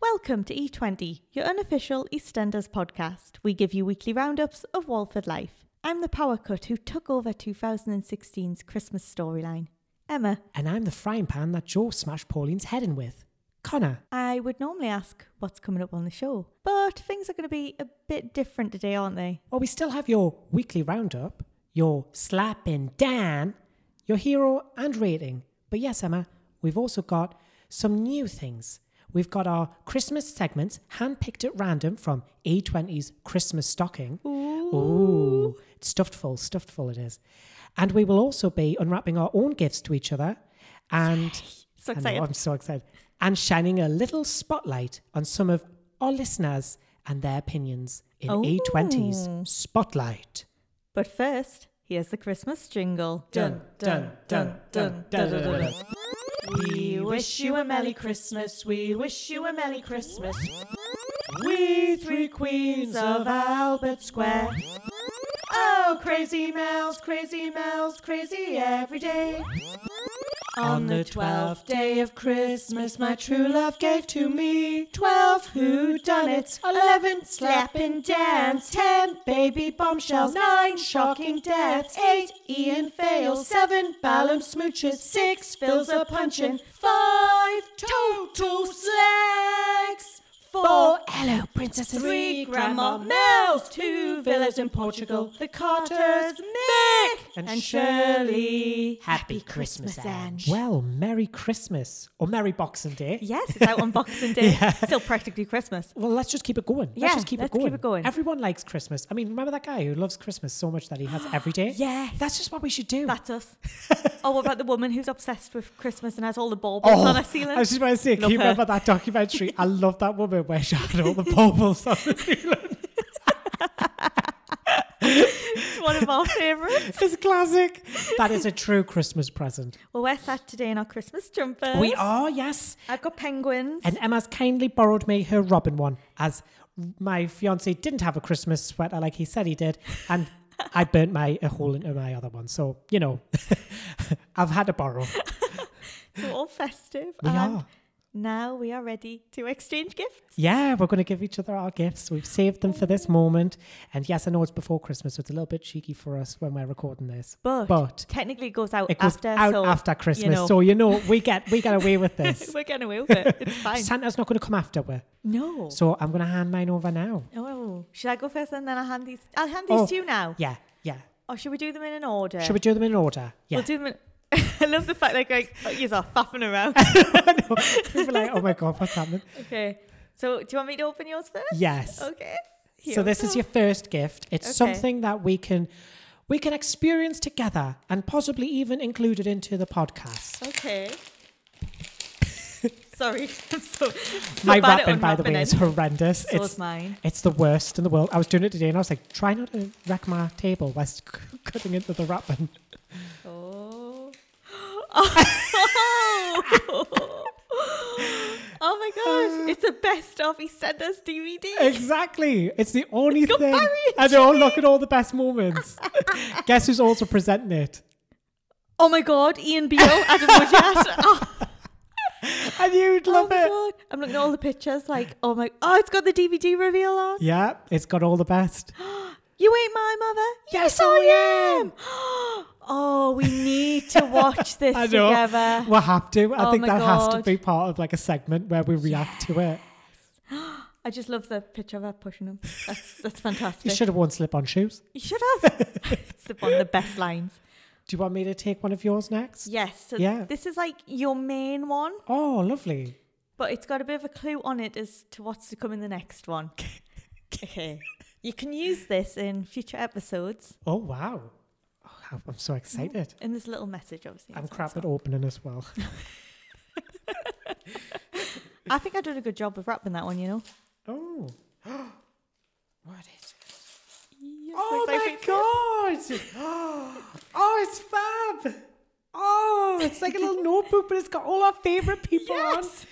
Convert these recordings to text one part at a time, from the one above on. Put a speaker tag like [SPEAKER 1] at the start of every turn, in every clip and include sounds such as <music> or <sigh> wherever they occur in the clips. [SPEAKER 1] Welcome to E20, your unofficial EastEnders podcast. We give you weekly roundups of Walford life. I'm the power cut who took over 2016's Christmas storyline. Emma,
[SPEAKER 2] And I'm the frying pan that Joe smashed Pauline's head in with. Connor.
[SPEAKER 1] I would normally ask what's coming up on the show, but things are going to be a bit different today, aren't they?
[SPEAKER 2] Well, we still have your weekly roundup, your slapping Dan, your hero and rating. But yes, Emma, we've also got some new things. We've got our Christmas segments, handpicked at random from A20's Christmas stocking.
[SPEAKER 1] Ooh.
[SPEAKER 2] Oh, Ooh, it's stuffed full, stuffed full it is. And we will also be unwrapping our own gifts to each other and
[SPEAKER 1] So
[SPEAKER 2] I know,
[SPEAKER 1] excited.
[SPEAKER 2] I'm so excited. And shining a little spotlight on some of our listeners and their opinions in
[SPEAKER 1] Oh.
[SPEAKER 2] A20's Spotlight.
[SPEAKER 1] But first, here's the Christmas jingle. We wish you a Merry Christmas.
[SPEAKER 2] We wish you a Merry Christmas. We three queens of Albert Square. Oh, crazy Mel's, crazy Mel's, crazy every day. On the twelfth day of Christmas, my true love gave to me twelve whodunits, eleven slapping dance, ten baby bombshells, nine shocking deaths, eight Ian fails, seven Balaam smooches, six fills a punching, five total slacks, four hello princesses, three grandma Mills, two villas in Portugal, the Carters, Mick and, Shirley.
[SPEAKER 1] Happy Christmas, Ange.
[SPEAKER 2] Well, Merry Christmas or Merry Boxing Day.
[SPEAKER 1] Yes, it's out on
[SPEAKER 2] <laughs>
[SPEAKER 1] Boxing Day. Still practically Christmas.
[SPEAKER 2] Well, let's just keep it going. Let's
[SPEAKER 1] Yeah,
[SPEAKER 2] just keep
[SPEAKER 1] let's
[SPEAKER 2] it
[SPEAKER 1] keep
[SPEAKER 2] going.
[SPEAKER 1] it going.
[SPEAKER 2] Everyone likes Christmas. I mean, remember that guy who loves Christmas so much that he has it
[SPEAKER 1] <gasps>
[SPEAKER 2] every day?
[SPEAKER 1] Yes.
[SPEAKER 2] That's just what we should do.
[SPEAKER 1] That's
[SPEAKER 2] <laughs>
[SPEAKER 1] us. oh, what about the woman who's obsessed with Christmas and has all the baubles
[SPEAKER 2] Oh,
[SPEAKER 1] on her ceiling?
[SPEAKER 2] I was just about to say,
[SPEAKER 1] Love
[SPEAKER 2] can you
[SPEAKER 1] her.
[SPEAKER 2] remember
[SPEAKER 1] <laughs>
[SPEAKER 2] that documentary? I love that woman where she had all the baubles on the ceiling.
[SPEAKER 1] It's one of our favourites.
[SPEAKER 2] It's a classic. That is a true Christmas present.
[SPEAKER 1] Well, we're sat today in our Christmas jumpers.
[SPEAKER 2] We are, yes.
[SPEAKER 1] I've got penguins.
[SPEAKER 2] And Emma's kindly borrowed me her Robin one, as my fiance didn't have a Christmas sweater like he said he did, and I burnt my a hole into my other one. So you know, <laughs> I've had to borrow.
[SPEAKER 1] so all festive.
[SPEAKER 2] We
[SPEAKER 1] and
[SPEAKER 2] are.
[SPEAKER 1] now we are ready to exchange gifts.
[SPEAKER 2] Yeah, we're going to give each other our gifts. We've saved them for this moment. And yes, I know it's before Christmas, so it's a little bit cheeky for us when we're recording this.
[SPEAKER 1] But,
[SPEAKER 2] But
[SPEAKER 1] technically it goes out
[SPEAKER 2] it goes
[SPEAKER 1] after.
[SPEAKER 2] out
[SPEAKER 1] so
[SPEAKER 2] after Christmas,
[SPEAKER 1] know.
[SPEAKER 2] so you know we get we get away with <laughs> this.
[SPEAKER 1] we're getting away with it. <laughs> It's <laughs> fine.
[SPEAKER 2] Santa's not going to come after we.
[SPEAKER 1] no.
[SPEAKER 2] So I'm going to hand mine over now.
[SPEAKER 1] oh, should I go first and then I'll hand these? I'll hand these
[SPEAKER 2] Oh,
[SPEAKER 1] to you now.
[SPEAKER 2] Yeah, yeah.
[SPEAKER 1] Or should we do them in an order?
[SPEAKER 2] Should we do them in order? Yeah.
[SPEAKER 1] We'll do them. In, <laughs> I love the fact they're going. Oh, you're faffing
[SPEAKER 2] <laughs>
[SPEAKER 1] around.
[SPEAKER 2] People are like, oh my god, what's happening?
[SPEAKER 1] okay. So do you want me to open yours first?
[SPEAKER 2] Yes.
[SPEAKER 1] Okay.
[SPEAKER 2] so this is your first gift. It's
[SPEAKER 1] Okay.
[SPEAKER 2] something that we can we can experience together and possibly even include it into the podcast. <laughs>
[SPEAKER 1] Okay. Sorry. <laughs> I'm so, so
[SPEAKER 2] My
[SPEAKER 1] bad at
[SPEAKER 2] wrapping, by the
[SPEAKER 1] unwrapping
[SPEAKER 2] way,
[SPEAKER 1] it.
[SPEAKER 2] is horrendous.
[SPEAKER 1] So
[SPEAKER 2] <laughs> it's
[SPEAKER 1] is mine.
[SPEAKER 2] it's the worst in the world. I was doing it today and I was like, try not to wreck my table whilst c- <laughs> cutting into the wrapping.
[SPEAKER 1] Oh. <laughs> Oh. oh my gosh.
[SPEAKER 2] Uh.
[SPEAKER 1] It's the best of EastEnders DVD.
[SPEAKER 2] Exactly. It's the only
[SPEAKER 1] got
[SPEAKER 2] thing.
[SPEAKER 1] Barry
[SPEAKER 2] I know. Look at all the
[SPEAKER 1] <laughs>
[SPEAKER 2] best moments. Guess who's also presenting it?
[SPEAKER 1] Oh my god. Ian Beale, Adam
[SPEAKER 2] <laughs>
[SPEAKER 1] Woodyash. Oh,
[SPEAKER 2] I knew you'd
[SPEAKER 1] oh
[SPEAKER 2] love
[SPEAKER 1] my
[SPEAKER 2] it.
[SPEAKER 1] god. I'm looking at all the pictures like, oh my. Oh, it's got the DVD reveal on.
[SPEAKER 2] Yeah, it's got all the best.
[SPEAKER 1] You ain't my mother.
[SPEAKER 2] Yes, I am.
[SPEAKER 1] <gasps> Oh, we need to watch this
[SPEAKER 2] <laughs> I know.
[SPEAKER 1] together.
[SPEAKER 2] We'll have to. I
[SPEAKER 1] Oh
[SPEAKER 2] think
[SPEAKER 1] my
[SPEAKER 2] that has to
[SPEAKER 1] God.
[SPEAKER 2] be part of like a segment where we react to it.
[SPEAKER 1] I just love the picture of her pushing him. That's that's
[SPEAKER 2] You
[SPEAKER 1] fantastic.
[SPEAKER 2] should have worn slip on shoes.
[SPEAKER 1] You should have. <laughs> it's the, one of the best lines.
[SPEAKER 2] Do you want me to take one of yours next?
[SPEAKER 1] Yes. So
[SPEAKER 2] Yeah.
[SPEAKER 1] This is like your main one,
[SPEAKER 2] Oh, lovely.
[SPEAKER 1] but it's got a bit of a clue on it as to what's to come in the next
[SPEAKER 2] <laughs>
[SPEAKER 1] one. okay. You can use this in future episodes.
[SPEAKER 2] Oh, wow. Oh, I'm so excited.
[SPEAKER 1] In this little message, obviously.
[SPEAKER 2] I'm
[SPEAKER 1] it's
[SPEAKER 2] crap
[SPEAKER 1] not-
[SPEAKER 2] at opening as well. <gasps>
[SPEAKER 1] I think I did a good job of wrapping that one, you know? <gasps>
[SPEAKER 2] Oh. what is it?
[SPEAKER 1] Yes,
[SPEAKER 2] Oh,
[SPEAKER 1] like,
[SPEAKER 2] my
[SPEAKER 1] like-
[SPEAKER 2] God.
[SPEAKER 1] <laughs>
[SPEAKER 2] <gasps> oh, it's fab. Oh, it's like a little notebook, but it's got all our favorite people on. <laughs>
[SPEAKER 1] Yes.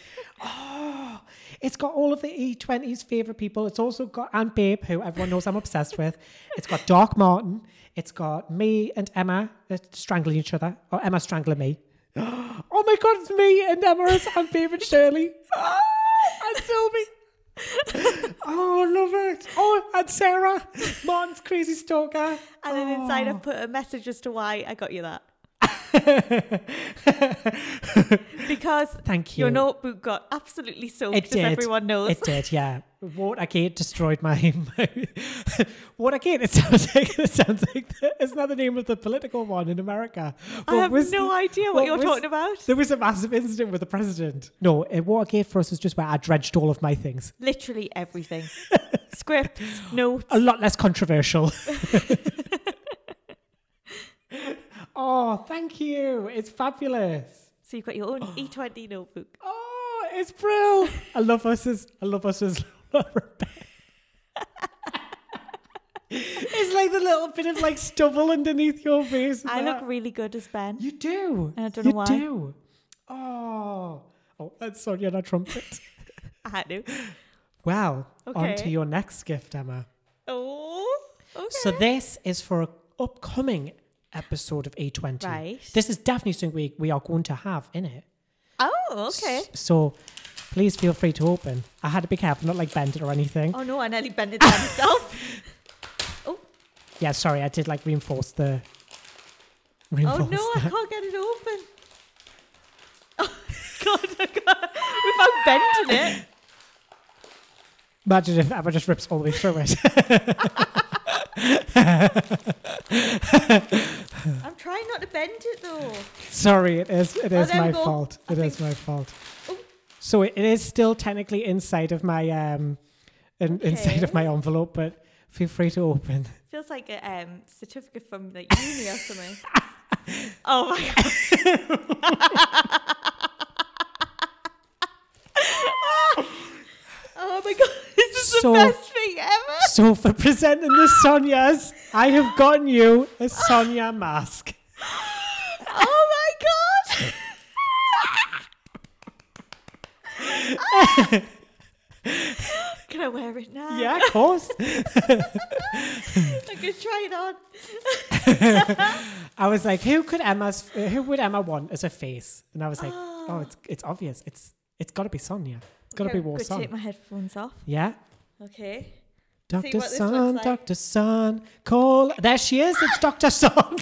[SPEAKER 2] Oh, <gasps> it's got all of the E20's favorite people. It's also got Aunt Babe, who everyone knows I'm obsessed with. It's got Doc Martin. It's got me and Emma uh, strangling each other, or Emma strangling me. <gasps> Oh my God, it's me and Emma as Aunt Babe and Shirley. Ah, and Sylvie. Oh, Morn, Oh, Sarah. Morn's crazy stalker.
[SPEAKER 1] <laughs>
[SPEAKER 2] <laughs>
[SPEAKER 1] And then inside
[SPEAKER 2] Oh.
[SPEAKER 1] I've put a message as to why I got you that. Because
[SPEAKER 2] Thank you.
[SPEAKER 1] your notebook got absolutely soaked,
[SPEAKER 2] It
[SPEAKER 1] as
[SPEAKER 2] did.
[SPEAKER 1] everyone knows. <laughs>
[SPEAKER 2] It did, yeah. Watergate destroyed my. <laughs> my Watergate. It sounds like <laughs> it sounds like the, it's not the name of the political one in America.
[SPEAKER 1] I
[SPEAKER 2] What
[SPEAKER 1] have
[SPEAKER 2] was
[SPEAKER 1] no
[SPEAKER 2] the-
[SPEAKER 1] idea what,
[SPEAKER 2] what
[SPEAKER 1] you're
[SPEAKER 2] was-
[SPEAKER 1] talking about.
[SPEAKER 2] There was a massive incident with the president. No, uh, Watergate for us was just where I dredged all of my things.
[SPEAKER 1] Literally
[SPEAKER 2] <laughs>
[SPEAKER 1] everything. Scripts, notes.
[SPEAKER 2] A lot less
[SPEAKER 1] <laughs>
[SPEAKER 2] controversial. <laughs> oh, thank you. It's fabulous.
[SPEAKER 1] So you've got your own E20 notebook.
[SPEAKER 2] Oh, it's brill. I love us as I <laughs> love us as Laura Beck. It's like the little bit of like stubble underneath your face.
[SPEAKER 1] I
[SPEAKER 2] there.
[SPEAKER 1] look really good as Ben.
[SPEAKER 2] You do.
[SPEAKER 1] And I don't
[SPEAKER 2] you
[SPEAKER 1] know why.
[SPEAKER 2] do. Oh. Oh, that's Sonia on a <laughs> trumpet.
[SPEAKER 1] I had
[SPEAKER 2] <laughs>
[SPEAKER 1] to.
[SPEAKER 2] wow. On to
[SPEAKER 1] Okay.
[SPEAKER 2] your next gift, Emma.
[SPEAKER 1] Oh, okay.
[SPEAKER 2] So this is for an upcoming episode of A20.
[SPEAKER 1] Right.
[SPEAKER 2] This is definitely something we, we are going to have in it.
[SPEAKER 1] oh, okay.
[SPEAKER 2] S- So please feel free to open. I had to be careful, not like bend it or anything.
[SPEAKER 1] Oh no, I
[SPEAKER 2] <laughs>
[SPEAKER 1] nearly bent it down myself.
[SPEAKER 2] Yeah, sorry, I did like reinforce the. Reinforce
[SPEAKER 1] Oh no,
[SPEAKER 2] the-
[SPEAKER 1] I can't get it open. <laughs> Oh God, I can't. without bending it.
[SPEAKER 2] <laughs> Imagine if Emma just rips all the way through it. <laughs>
[SPEAKER 1] I'm trying not to bend it though.
[SPEAKER 2] sorry, it is. It
[SPEAKER 1] Oh,
[SPEAKER 2] is
[SPEAKER 1] there we
[SPEAKER 2] my
[SPEAKER 1] go.
[SPEAKER 2] fault.
[SPEAKER 1] I
[SPEAKER 2] It is
[SPEAKER 1] think-
[SPEAKER 2] my fault.
[SPEAKER 1] Oh.
[SPEAKER 2] So it, it is still technically inside of my um, in, inside of
[SPEAKER 1] Okay.
[SPEAKER 2] my envelope, but feel free to open. <laughs>
[SPEAKER 1] Feels like a um, certificate from like uni or something.
[SPEAKER 2] <laughs>
[SPEAKER 1] oh my God. oh my God, this is
[SPEAKER 2] So-
[SPEAKER 1] the best thing ever.
[SPEAKER 2] so for presenting the Sonias, I have gotten you a
[SPEAKER 1] <laughs>
[SPEAKER 2] Sonia mask.
[SPEAKER 1] Oh my God.
[SPEAKER 2] <laughs>
[SPEAKER 1] Can I wear it now?
[SPEAKER 2] Yeah, of course.
[SPEAKER 1] I could try it on.
[SPEAKER 2] I was like, who could Emma's? uh, Who would Emma want as a face? And I was like, oh,
[SPEAKER 1] Oh.
[SPEAKER 2] it's it's obvious. It's it's got to be Sonia. It's got to
[SPEAKER 1] Okay,
[SPEAKER 2] be War
[SPEAKER 1] Could
[SPEAKER 2] Song.
[SPEAKER 1] take my headphones off.
[SPEAKER 2] yeah.
[SPEAKER 1] Okay. what
[SPEAKER 2] Dr.
[SPEAKER 1] this
[SPEAKER 2] Sun,
[SPEAKER 1] looks like.
[SPEAKER 2] Dr. Sun, call. There she is, it's Dr. Sun.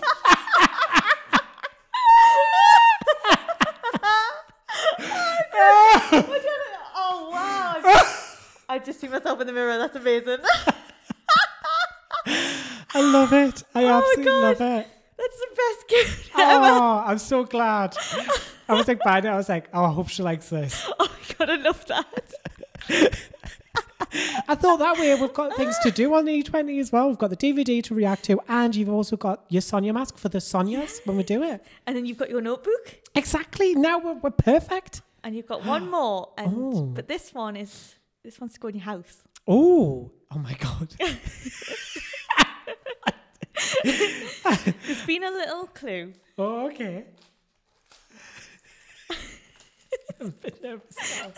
[SPEAKER 1] Oh wow! I just- I just see myself in the mirror. That's amazing.
[SPEAKER 2] <laughs>
[SPEAKER 1] <laughs>
[SPEAKER 2] I love it. I
[SPEAKER 1] my
[SPEAKER 2] absolutely
[SPEAKER 1] God.
[SPEAKER 2] love <laughs> it.
[SPEAKER 1] That's the best gift ever.
[SPEAKER 2] Oh, I'm so glad. I was like, buying it. I was like, oh, I hope she likes this.
[SPEAKER 1] <laughs> Oh my god, I love that.
[SPEAKER 2] I thought that way we've got things to do on the E20 as well. We've got the DVD to react to, and you've also got your Sonia mask for the Sonias when we do it.
[SPEAKER 1] And then you've got your notebook,
[SPEAKER 2] Exactly. Now we're, we're perfect.
[SPEAKER 1] and you've got one more. And
[SPEAKER 2] Oh.
[SPEAKER 1] but this one is this one's to go in your house.
[SPEAKER 2] Oh, oh my <laughs> God.
[SPEAKER 1] There's been a little clue.
[SPEAKER 2] Oh, okay. <laughs> I'm a bit nervous now.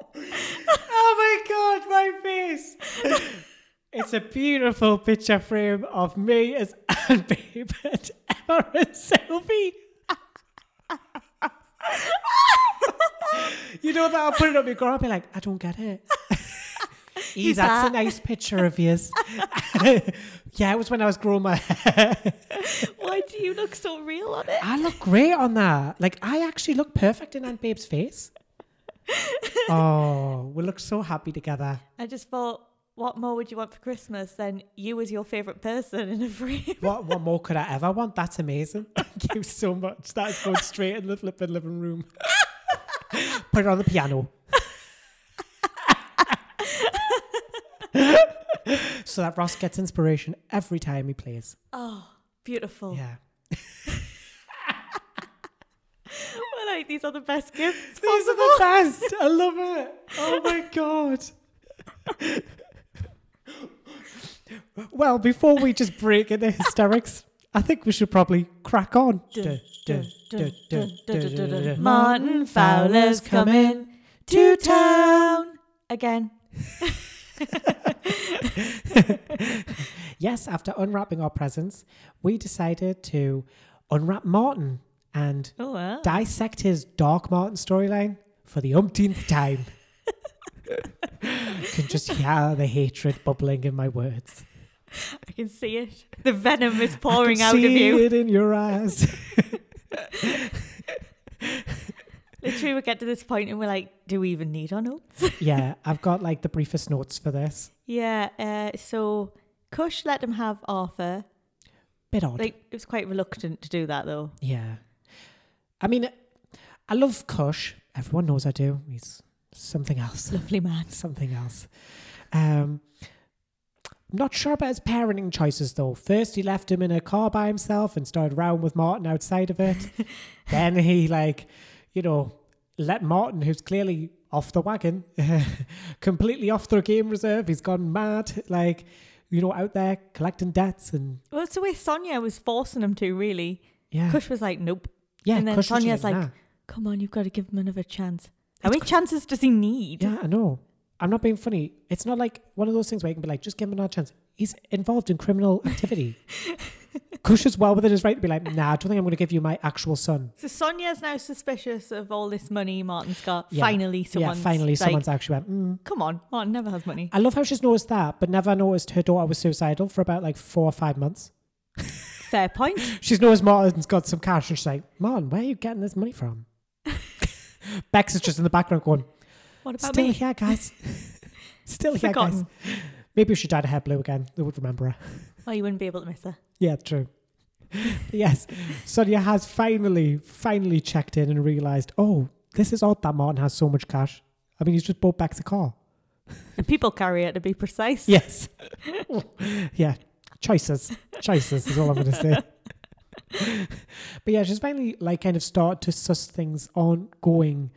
[SPEAKER 2] Ah! oh my god, my face! <laughs> It's a beautiful picture frame of me as <laughs> Anne Babe and Emma and <laughs> Sylvie. you know that I'll put it up your girl, I'll be like, I don't get <laughs> it. E,
[SPEAKER 1] Who's that?
[SPEAKER 2] that's a nice picture of <laughs> yours. yeah, it was when I was growing my hair.
[SPEAKER 1] Why do you look so real on it?
[SPEAKER 2] I look great on that. Like I actually look perfect in Aunt Babe's face. oh, we look so happy together.
[SPEAKER 1] I just thought, what more would you want for Christmas than you as your favorite person in a frame?
[SPEAKER 2] What what more could I ever want? That's amazing. <laughs> Thank you so much. That's going straight in the flipping living room. Put it on the piano. <laughs> so that Ross gets inspiration every time he plays.
[SPEAKER 1] Oh, beautiful. <laughs>
[SPEAKER 2] Yeah.
[SPEAKER 1] Well, like these are the best gifts.
[SPEAKER 2] These are the best. I love it. Oh my god. well, before we just break into hysterics, I think we should probably crack on.
[SPEAKER 1] Martin Fowler's coming to town again.
[SPEAKER 2] <laughs> Yes, after unwrapping our presents, we decided to unwrap Martin and
[SPEAKER 1] Oh, wow.
[SPEAKER 2] dissect his Dark Martin storyline for the umpteenth time. can just hear the hatred bubbling in my words.
[SPEAKER 1] I can see it. <laughs> The venom is
[SPEAKER 2] I can
[SPEAKER 1] pouring out of
[SPEAKER 2] see
[SPEAKER 1] you.
[SPEAKER 2] it in your eyes.
[SPEAKER 1] <laughs> Literally, we get to this point and we're like, do we even need our notes?
[SPEAKER 2] yeah, I've got like the briefest notes for this.
[SPEAKER 1] yeah. Uh, so Cush let him have Arthur.
[SPEAKER 2] Bit odd.
[SPEAKER 1] Like, it was quite reluctant to do that, though.
[SPEAKER 2] Yeah. I mean, I love Kush. Everyone knows I do. He's something else.
[SPEAKER 1] Lovely man.
[SPEAKER 2] something else. Um, I'm not sure about his parenting choices though. First, he left him in a car by himself and started round with Martin outside of
[SPEAKER 1] <laughs>
[SPEAKER 2] it. then he like, you know, let Martin, who's clearly off the wagon, <laughs> completely off the game reserve. He's gone mad, like, you know, out there collecting debts and
[SPEAKER 1] Well, it's the way Sonia was forcing him to, really.
[SPEAKER 2] yeah,
[SPEAKER 1] Cush was like, nope.
[SPEAKER 2] yeah.
[SPEAKER 1] and then
[SPEAKER 2] Kush was
[SPEAKER 1] Sonia's like,
[SPEAKER 2] "Nah."
[SPEAKER 1] Come on, you've got to give him another chance. How many chances does he need?
[SPEAKER 2] Yeah, I know. I'm not being funny. It's not like one of those things where you can be like, just give him another chance. He's involved
[SPEAKER 1] <laughs>
[SPEAKER 2] in criminal activity. Kush is well within his right to be like, nah, I don't think I'm going to give you my actual son.
[SPEAKER 1] So Sonia's now suspicious of all this money Martin's got.
[SPEAKER 2] Yeah.
[SPEAKER 1] Finally, someone's
[SPEAKER 2] yeah, finally,
[SPEAKER 1] like,
[SPEAKER 2] someone's Uh, actually went, mm.
[SPEAKER 1] Come on, Martin never has money.
[SPEAKER 2] I love how she's noticed that, but never noticed her daughter was suicidal for about like four or five months.
[SPEAKER 1] Fair point.
[SPEAKER 2] She's noticed Martin's got some cash and she's like, Martin, where are you getting this
[SPEAKER 1] <laughs>
[SPEAKER 2] money from? Bex is just in the background going,
[SPEAKER 1] What about
[SPEAKER 2] still
[SPEAKER 1] me? <laughs>
[SPEAKER 2] here, guys. still here, guys.
[SPEAKER 1] Forgotten.
[SPEAKER 2] Maybe we should dye her hair blue again. They would remember her.
[SPEAKER 1] Oh, you wouldn't be able to miss her.
[SPEAKER 2] Yeah, true. <laughs> But yes, Sonia has finally, finally checked in and realised, oh, this is odd that Martin has so much cash. I mean, he's just bought back the car.
[SPEAKER 1] And people carry it to be precise.
[SPEAKER 2] Yes. <laughs> yeah, choices. Choices is all I'm going to say. <laughs> but yeah, she's finally, like, kind of started to suss things aren't going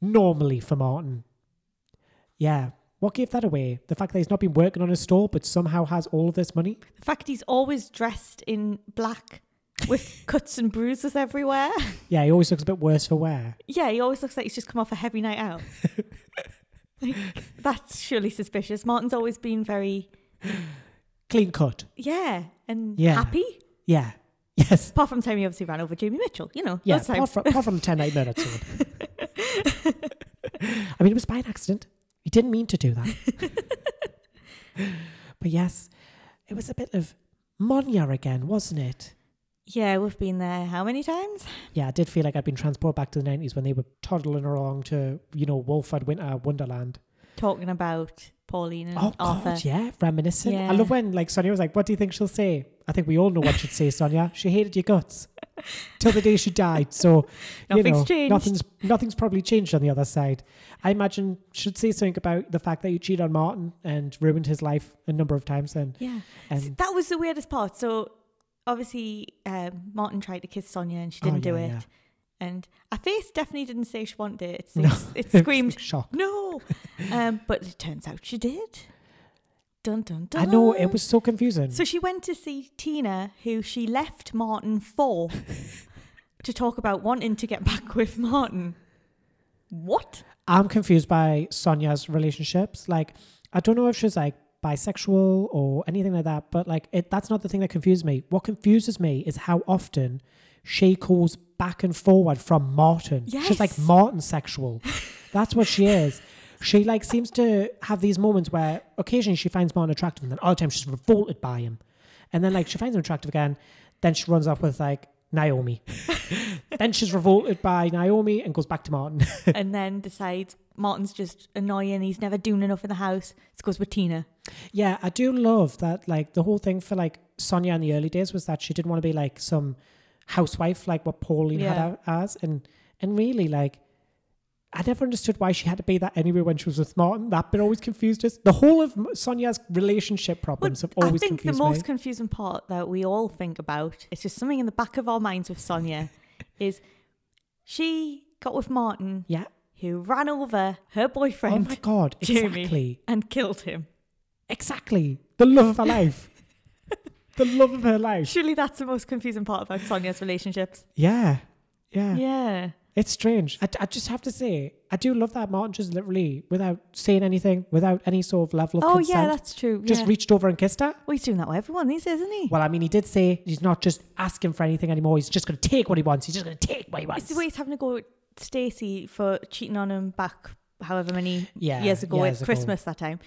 [SPEAKER 2] normally for Martin. Yeah. What gave that away? The fact that he's not been working on his store, but somehow has all of this money?
[SPEAKER 1] The fact he's always dressed in black with
[SPEAKER 2] <laughs>
[SPEAKER 1] cuts and bruises everywhere.
[SPEAKER 2] Yeah, he always looks a bit worse for wear.
[SPEAKER 1] Yeah, he always looks like he's just come off a heavy night
[SPEAKER 2] <laughs>
[SPEAKER 1] out. Like, that's surely suspicious. Martin's always been very,
[SPEAKER 2] Clean cut.
[SPEAKER 1] yeah, and
[SPEAKER 2] Yeah.
[SPEAKER 1] happy.
[SPEAKER 2] Yeah. Yes.
[SPEAKER 1] Apart from the time he obviously ran over Jamie Mitchell, you know.
[SPEAKER 2] Yeah.
[SPEAKER 1] those times.
[SPEAKER 2] Apart from, apart from 10 night murder. it's all.
[SPEAKER 1] <laughs>
[SPEAKER 2] I mean, it was by an accident. He didn't mean to do that.
[SPEAKER 1] <laughs>
[SPEAKER 2] but yes, it was a bit of Monya again, wasn't it?
[SPEAKER 1] Yeah, we've been there how many times?
[SPEAKER 2] Yeah, I did feel like I'd been transported back to the 90s when they were toddling along to, you know, Wolford Winter Wonderland.
[SPEAKER 1] Talking about Pauline and
[SPEAKER 2] Oh,
[SPEAKER 1] Arthur.
[SPEAKER 2] God, yeah. Reminiscent.
[SPEAKER 1] Yeah.
[SPEAKER 2] I love when, like, Sonia was like, What do you think she'll say? I think we all know what she'd say, Sonia. She hated your guts till the day she died. So you
[SPEAKER 1] Nothing's
[SPEAKER 2] know,
[SPEAKER 1] changed.
[SPEAKER 2] Nothing's nothing's probably changed on the other side. I imagine should say something about the fact that you cheated on Martin and ruined his life a number of times. And
[SPEAKER 1] Yeah.
[SPEAKER 2] and
[SPEAKER 1] So that was the weirdest part. So obviously, um, Martin tried to kiss Sonia and she
[SPEAKER 2] Oh,
[SPEAKER 1] didn't do
[SPEAKER 2] yeah,
[SPEAKER 1] it.
[SPEAKER 2] yeah.
[SPEAKER 1] And her face definitely didn't say she wanted it. It,
[SPEAKER 2] <laughs> No.
[SPEAKER 1] it
[SPEAKER 2] It's
[SPEAKER 1] screamed,
[SPEAKER 2] like <laughs> shock.
[SPEAKER 1] no. Um, but it turns out she did. Dun, dun, dun.
[SPEAKER 2] I know it was so confusing.
[SPEAKER 1] So she went to see Tina, who she left Martin
[SPEAKER 2] <laughs>
[SPEAKER 1] for to talk about wanting to get back with Martin. What?
[SPEAKER 2] I'm confused by Sonia's relationships. Like, I don't know if she's like bisexual or anything like that, but like, it, that's not the thing that confuses me. What confuses me is how often she calls back and forward from Martin. She's like
[SPEAKER 1] Yes.
[SPEAKER 2] Martin sexual. that's what she is. She like seems to have these moments where occasionally she finds Martin attractive, and then other times she's revolted by him, and then like she finds him attractive again, then she runs off with like Naomi. <laughs> then she's revolted by Naomi and goes back to Martin.
[SPEAKER 1] and then decides Martin's just annoying. He's never doing enough in the house. So goes with Tina.
[SPEAKER 2] Yeah, I do love that. Like the whole thing for like Sonia in the early days was that she didn't want to be like some housewife, like what Pauline
[SPEAKER 1] Yeah.
[SPEAKER 2] had a- as, and and really like I never understood why she had to be that anyway when she was with Martin. That bit always confused us. The whole of M- Sonia's relationship problems have
[SPEAKER 1] I
[SPEAKER 2] always
[SPEAKER 1] think the
[SPEAKER 2] confused
[SPEAKER 1] most
[SPEAKER 2] me.
[SPEAKER 1] confusing part that we all think about, it's just something in the back of our minds with
[SPEAKER 2] <laughs>
[SPEAKER 1] Sonia, is she got with Martin,
[SPEAKER 2] yeah.
[SPEAKER 1] who ran over her
[SPEAKER 2] Oh
[SPEAKER 1] boyfriend
[SPEAKER 2] my god!
[SPEAKER 1] Jamie.
[SPEAKER 2] Exactly.
[SPEAKER 1] and killed him.
[SPEAKER 2] Exactly. The love of
[SPEAKER 1] <laughs>
[SPEAKER 2] her life. the love of her life.
[SPEAKER 1] Surely that's the most confusing part about Sonia's relationships.
[SPEAKER 2] Yeah. Yeah.
[SPEAKER 1] Yeah.
[SPEAKER 2] It's strange. I, I just have to say, I do love that Martin just literally, without saying anything, without any sort of level of
[SPEAKER 1] oh
[SPEAKER 2] consent,
[SPEAKER 1] yeah, that's true.
[SPEAKER 2] just
[SPEAKER 1] yeah.
[SPEAKER 2] reached over and kissed her.
[SPEAKER 1] well, he's doing that with everyone these days, isn't he?
[SPEAKER 2] Well, I mean, he did say he's not just asking for anything anymore. He's just going to take what he wants. He's just going to take what he wants.
[SPEAKER 1] It's the way he's having to go at Stacey for cheating on him back however many
[SPEAKER 2] yeah,
[SPEAKER 1] years ago
[SPEAKER 2] years
[SPEAKER 1] at Christmas that time.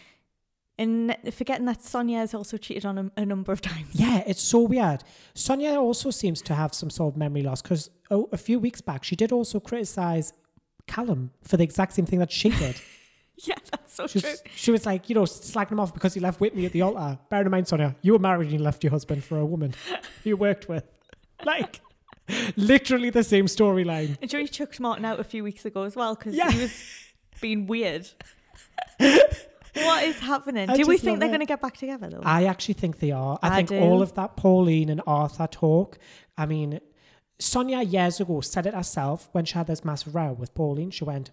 [SPEAKER 1] And forgetting that Sonia has also cheated on him a number of times.
[SPEAKER 2] Yeah, it's so weird. Sonia also seems to have some sort of memory loss because oh, a few weeks back she did also criticize Callum for the exact same thing that she did.
[SPEAKER 1] <laughs> Yeah, that's so
[SPEAKER 2] She
[SPEAKER 1] true.
[SPEAKER 2] was, she was like, you know, slacking him off because he left Whitney at the altar. Bear in mind, Sonia, you were married and you left your husband for
[SPEAKER 1] <laughs>
[SPEAKER 2] a woman you worked with. Like, literally the same storyline.
[SPEAKER 1] And Joey chucked Martin out a few weeks ago as well because
[SPEAKER 2] Yeah.
[SPEAKER 1] he
[SPEAKER 2] <laughs>
[SPEAKER 1] was being weird. what is happening?
[SPEAKER 2] I
[SPEAKER 1] Do we
[SPEAKER 2] just
[SPEAKER 1] think
[SPEAKER 2] love
[SPEAKER 1] they're
[SPEAKER 2] it.
[SPEAKER 1] going to get back together though?
[SPEAKER 2] I actually think they are. I,
[SPEAKER 1] I
[SPEAKER 2] think
[SPEAKER 1] do.
[SPEAKER 2] all of that Pauline and Arthur talk. I mean, Sonia years ago said it herself when she had this massive row with Pauline. She went,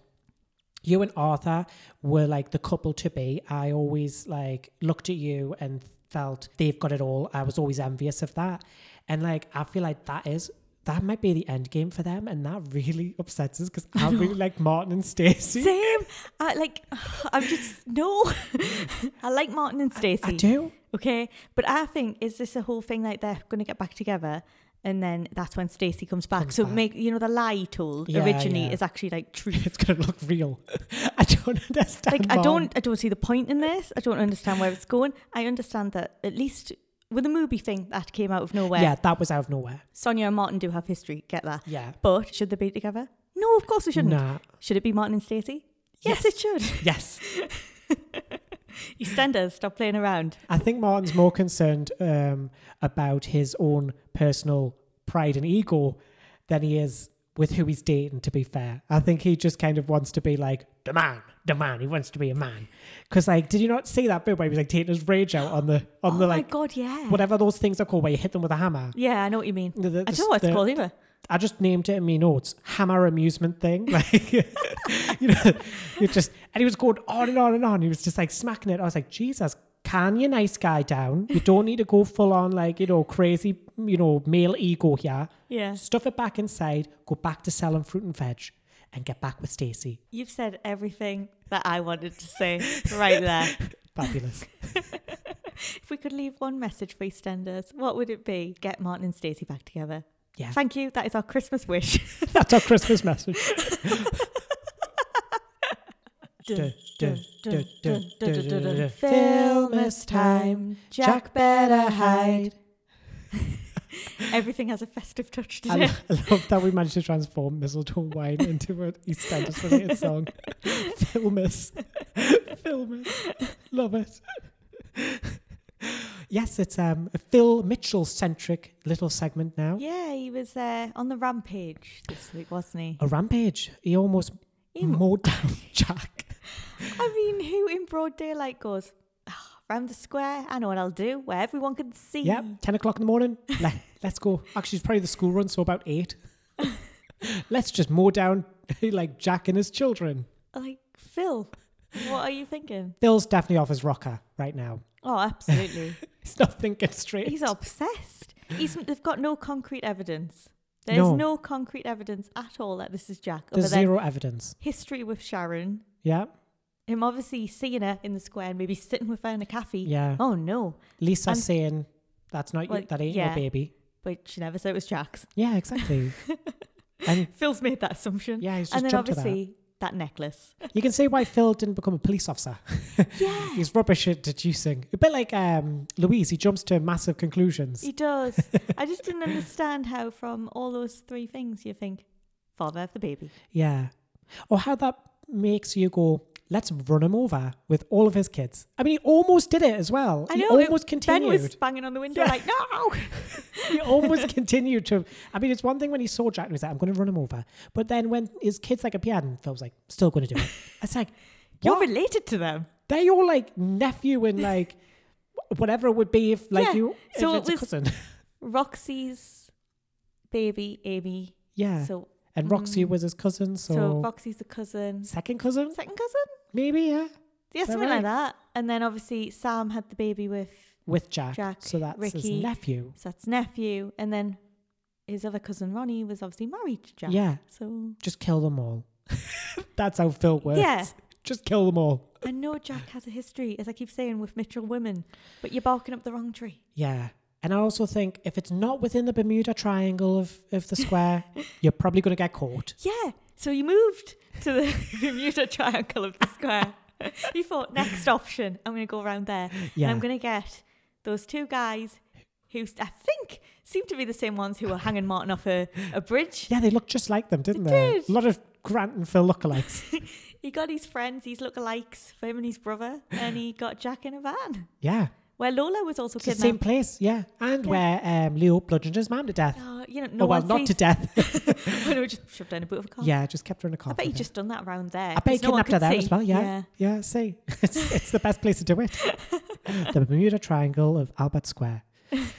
[SPEAKER 2] "You and Arthur were like the couple to be. I always like looked at you and felt they've got it all. I was always envious of that, and like I feel like that is." That might be the end game for them, and that really <laughs> upsets us because I really like Martin and Stacey.
[SPEAKER 1] Same. I like. <sighs> I'm just no. <laughs> I like Martin and Stacey.
[SPEAKER 2] I do. <laughs>
[SPEAKER 1] Okay, but I think is this a whole thing like they're going to get back together, and then that's when Stacey comes back.
[SPEAKER 2] Comes
[SPEAKER 1] so
[SPEAKER 2] back.
[SPEAKER 1] make you know the lie he told
[SPEAKER 2] Yeah,
[SPEAKER 1] originally
[SPEAKER 2] yeah.
[SPEAKER 1] is actually like
[SPEAKER 2] <laughs>
[SPEAKER 1] true.
[SPEAKER 2] It's gonna look real. <laughs> I don't understand.
[SPEAKER 1] like I
[SPEAKER 2] Martin.
[SPEAKER 1] don't, I don't see the point in this. I don't understand where it's going. I understand that at least with the movie thing that came out of nowhere.
[SPEAKER 2] Yeah, that was out of nowhere.
[SPEAKER 1] Sonia and Martin do have history. Get that.
[SPEAKER 2] Yeah.
[SPEAKER 1] But should they be together? No, of course they shouldn't.
[SPEAKER 2] Nah.
[SPEAKER 1] Should it be Martin and Stacey? Yes,
[SPEAKER 2] Yes.
[SPEAKER 1] it should. <laughs>
[SPEAKER 2] Yes.
[SPEAKER 1] EastEnders, stop playing around.
[SPEAKER 2] <laughs> I think Martin's more concerned um, about his own personal pride and ego than he is with who he's dating, to be fair. I think he just kind of wants to be like, the man, the man. He wants to be a man. Because, like, did you not see that bit where he was like taking his rage out on the, on
[SPEAKER 1] oh
[SPEAKER 2] the
[SPEAKER 1] my
[SPEAKER 2] like,
[SPEAKER 1] god, yeah.
[SPEAKER 2] whatever those things are called where you hit them with a hammer?
[SPEAKER 1] Yeah, I know what you mean.
[SPEAKER 2] The- the-
[SPEAKER 1] I don't know what it's
[SPEAKER 2] the-
[SPEAKER 1] called either.
[SPEAKER 2] I just named it in my notes hammer amusement thing. <laughs> Like, you know, you just, and he was going on and on and on. He was just like smacking it. I was like, Jesus, can you nice guy down? You don't need to go full on, like, you know, crazy, you know, male ego here.
[SPEAKER 1] Yeah.
[SPEAKER 2] Stuff it back inside, go back to selling fruit and veg, and get back with Stacey.
[SPEAKER 1] You've said everything that I wanted to
[SPEAKER 2] <laughs>
[SPEAKER 1] say right there. <laughs>
[SPEAKER 2] Fabulous.
[SPEAKER 1] If we could leave one message for EastEnders, what would it be? Get Martin and Stacey back together.
[SPEAKER 2] Yeah.
[SPEAKER 1] Thank you. That is our Christmas wish. <laughs>
[SPEAKER 2] That's our Christmas message.
[SPEAKER 1] Dun,
[SPEAKER 2] <laughs> dun, dun, dun, dun, dun, dun, dun.
[SPEAKER 1] Filmus time. Jack better hide. Everything has a festive touch
[SPEAKER 2] I,
[SPEAKER 1] today.
[SPEAKER 2] lo- I love that we managed to transform mistletoe wine into an EastEnders related song. Filmus. Filmus. Love it. Yes, it's um, a Phil Mitchell centric little segment now.
[SPEAKER 1] yeah, he was uh, on the rampage this week, wasn't he?
[SPEAKER 2] A rampage. He almost
[SPEAKER 1] He-
[SPEAKER 2] mowed down <laughs> Jack.
[SPEAKER 1] I mean, who in broad daylight goes, "Ah, round the square, I know what I'll do, where everyone can see.
[SPEAKER 2] Yeah, 10 o'clock in the morning. Le- let's go. Actually, it's probably the school run, so about
[SPEAKER 1] <laughs>
[SPEAKER 2] 8. let's just mow down <laughs> like Jack and his children.
[SPEAKER 1] Like, Phil, what are you thinking?
[SPEAKER 2] Phil's definitely off his rocker right now.
[SPEAKER 1] Oh,
[SPEAKER 2] <laughs>
[SPEAKER 1] absolutely.
[SPEAKER 2] He's not thinking straight.
[SPEAKER 1] He's obsessed. He's, they've got no concrete evidence. There's
[SPEAKER 2] No.
[SPEAKER 1] no. concrete evidence at all that this is Jack.
[SPEAKER 2] There's
[SPEAKER 1] other than
[SPEAKER 2] zero evidence.
[SPEAKER 1] history with Sharon,
[SPEAKER 2] Yeah.
[SPEAKER 1] him obviously seeing her in the square and maybe sitting with her in a cafe.
[SPEAKER 2] Yeah.
[SPEAKER 1] Oh no,
[SPEAKER 2] Lisa
[SPEAKER 1] And-
[SPEAKER 2] saying that's not
[SPEAKER 1] Well,
[SPEAKER 2] you, that ain't
[SPEAKER 1] yeah.
[SPEAKER 2] your baby.
[SPEAKER 1] but she never said it was Jack's.
[SPEAKER 2] Yeah,
[SPEAKER 1] <laughs>
[SPEAKER 2] exactly. and
[SPEAKER 1] Phil's made that assumption.
[SPEAKER 2] yeah, he's just
[SPEAKER 1] and then
[SPEAKER 2] jumped
[SPEAKER 1] obviously that.
[SPEAKER 2] <laughs>
[SPEAKER 1] necklace.
[SPEAKER 2] to that. You can see why Phil didn't become a police officer.
[SPEAKER 1] Yeah,
[SPEAKER 2] he's rubbish at deducing. A bit like um, Louise, he jumps to massive conclusions.
[SPEAKER 1] he does. I just <laughs> didn't understand how from all those three things you think father of the baby.
[SPEAKER 2] yeah. Or how that makes you go, let's run him over with all of his kids. I mean, he almost did it as well.
[SPEAKER 1] I
[SPEAKER 2] he
[SPEAKER 1] know it-
[SPEAKER 2] almost
[SPEAKER 1] Ben
[SPEAKER 2] continued.
[SPEAKER 1] was banging on the window
[SPEAKER 2] Yeah.
[SPEAKER 1] like, <laughs> no.
[SPEAKER 2] he almost <laughs> continued to. I mean, it's one thing when he saw Jack and he was like, I'm going to run him over. But then when his kids like appeared and Phil was like, still going
[SPEAKER 1] <laughs>
[SPEAKER 2] to do it. It's like,
[SPEAKER 1] You're
[SPEAKER 2] what?
[SPEAKER 1] related to them.
[SPEAKER 2] they all like nephew and like whatever it would be if like
[SPEAKER 1] Yeah,
[SPEAKER 2] you if
[SPEAKER 1] so
[SPEAKER 2] it's
[SPEAKER 1] it
[SPEAKER 2] a
[SPEAKER 1] was-
[SPEAKER 2] cousin. <laughs>
[SPEAKER 1] Roxy's baby, Amy.
[SPEAKER 2] yeah.
[SPEAKER 1] So,
[SPEAKER 2] and Roxy
[SPEAKER 1] mm,
[SPEAKER 2] was his cousin, so,
[SPEAKER 1] so Roxy's the cousin,
[SPEAKER 2] second cousin,
[SPEAKER 1] second cousin,
[SPEAKER 2] maybe, yeah.
[SPEAKER 1] yeah,
[SPEAKER 2] that
[SPEAKER 1] something
[SPEAKER 2] right?
[SPEAKER 1] like that. And then obviously Sam had the baby with
[SPEAKER 2] With Jack.
[SPEAKER 1] Jack,
[SPEAKER 2] so that's his
[SPEAKER 1] Ricky.
[SPEAKER 2] nephew.
[SPEAKER 1] so that's nephew, and then his other cousin Ronnie was obviously married to Jack.
[SPEAKER 2] Yeah.
[SPEAKER 1] So
[SPEAKER 2] Just kill them all. <laughs> That's how Phil works.
[SPEAKER 1] Yeah.
[SPEAKER 2] Just kill them all.
[SPEAKER 1] I know Jack has a history, as I keep saying, with Mitchell women, but you're barking up the wrong tree.
[SPEAKER 2] Yeah. And I also think if it's not within the Bermuda Triangle of, of
[SPEAKER 1] <laughs>
[SPEAKER 2] the square, you're probably going to get caught.
[SPEAKER 1] Yeah. So you moved to the <laughs> Bermuda Triangle of the square. you thought, next option, I'm going to go around there.
[SPEAKER 2] Yeah.
[SPEAKER 1] And I'm going to get those two guys who s- I think seem to be the same ones who were hanging Martin off a, a bridge. <laughs>
[SPEAKER 2] Yeah, they looked just like them, didn't
[SPEAKER 1] They
[SPEAKER 2] they?
[SPEAKER 1] did.
[SPEAKER 2] A lot of Grant and
[SPEAKER 1] <laughs>
[SPEAKER 2] Phil lookalikes.
[SPEAKER 1] He got his friends, his lookalikes for him and his brother, and he got Jack in a van
[SPEAKER 2] yeah.
[SPEAKER 1] where Lola was also
[SPEAKER 2] It's the same
[SPEAKER 1] kidnapped.
[SPEAKER 2] place, yeah. And
[SPEAKER 1] Yeah.
[SPEAKER 2] where um, Leo bludgeoned his mum to death.
[SPEAKER 1] Oh, you know,
[SPEAKER 2] No,
[SPEAKER 1] no
[SPEAKER 2] well,
[SPEAKER 1] one
[SPEAKER 2] not
[SPEAKER 1] sees- <laughs>
[SPEAKER 2] to death.
[SPEAKER 1] Oh, no, just shoved down a boot of a car.
[SPEAKER 2] yeah, just kept her in a car.
[SPEAKER 1] I bet
[SPEAKER 2] for
[SPEAKER 1] he
[SPEAKER 2] a bit.
[SPEAKER 1] just done that round there.
[SPEAKER 2] I bet he
[SPEAKER 1] because no one
[SPEAKER 2] kidnapped her
[SPEAKER 1] could
[SPEAKER 2] there
[SPEAKER 1] see.
[SPEAKER 2] as well, yeah. yeah. see. <laughs> It's, it's the best place
[SPEAKER 1] <laughs>
[SPEAKER 2] to do it. the Bermuda Triangle of Albert Square.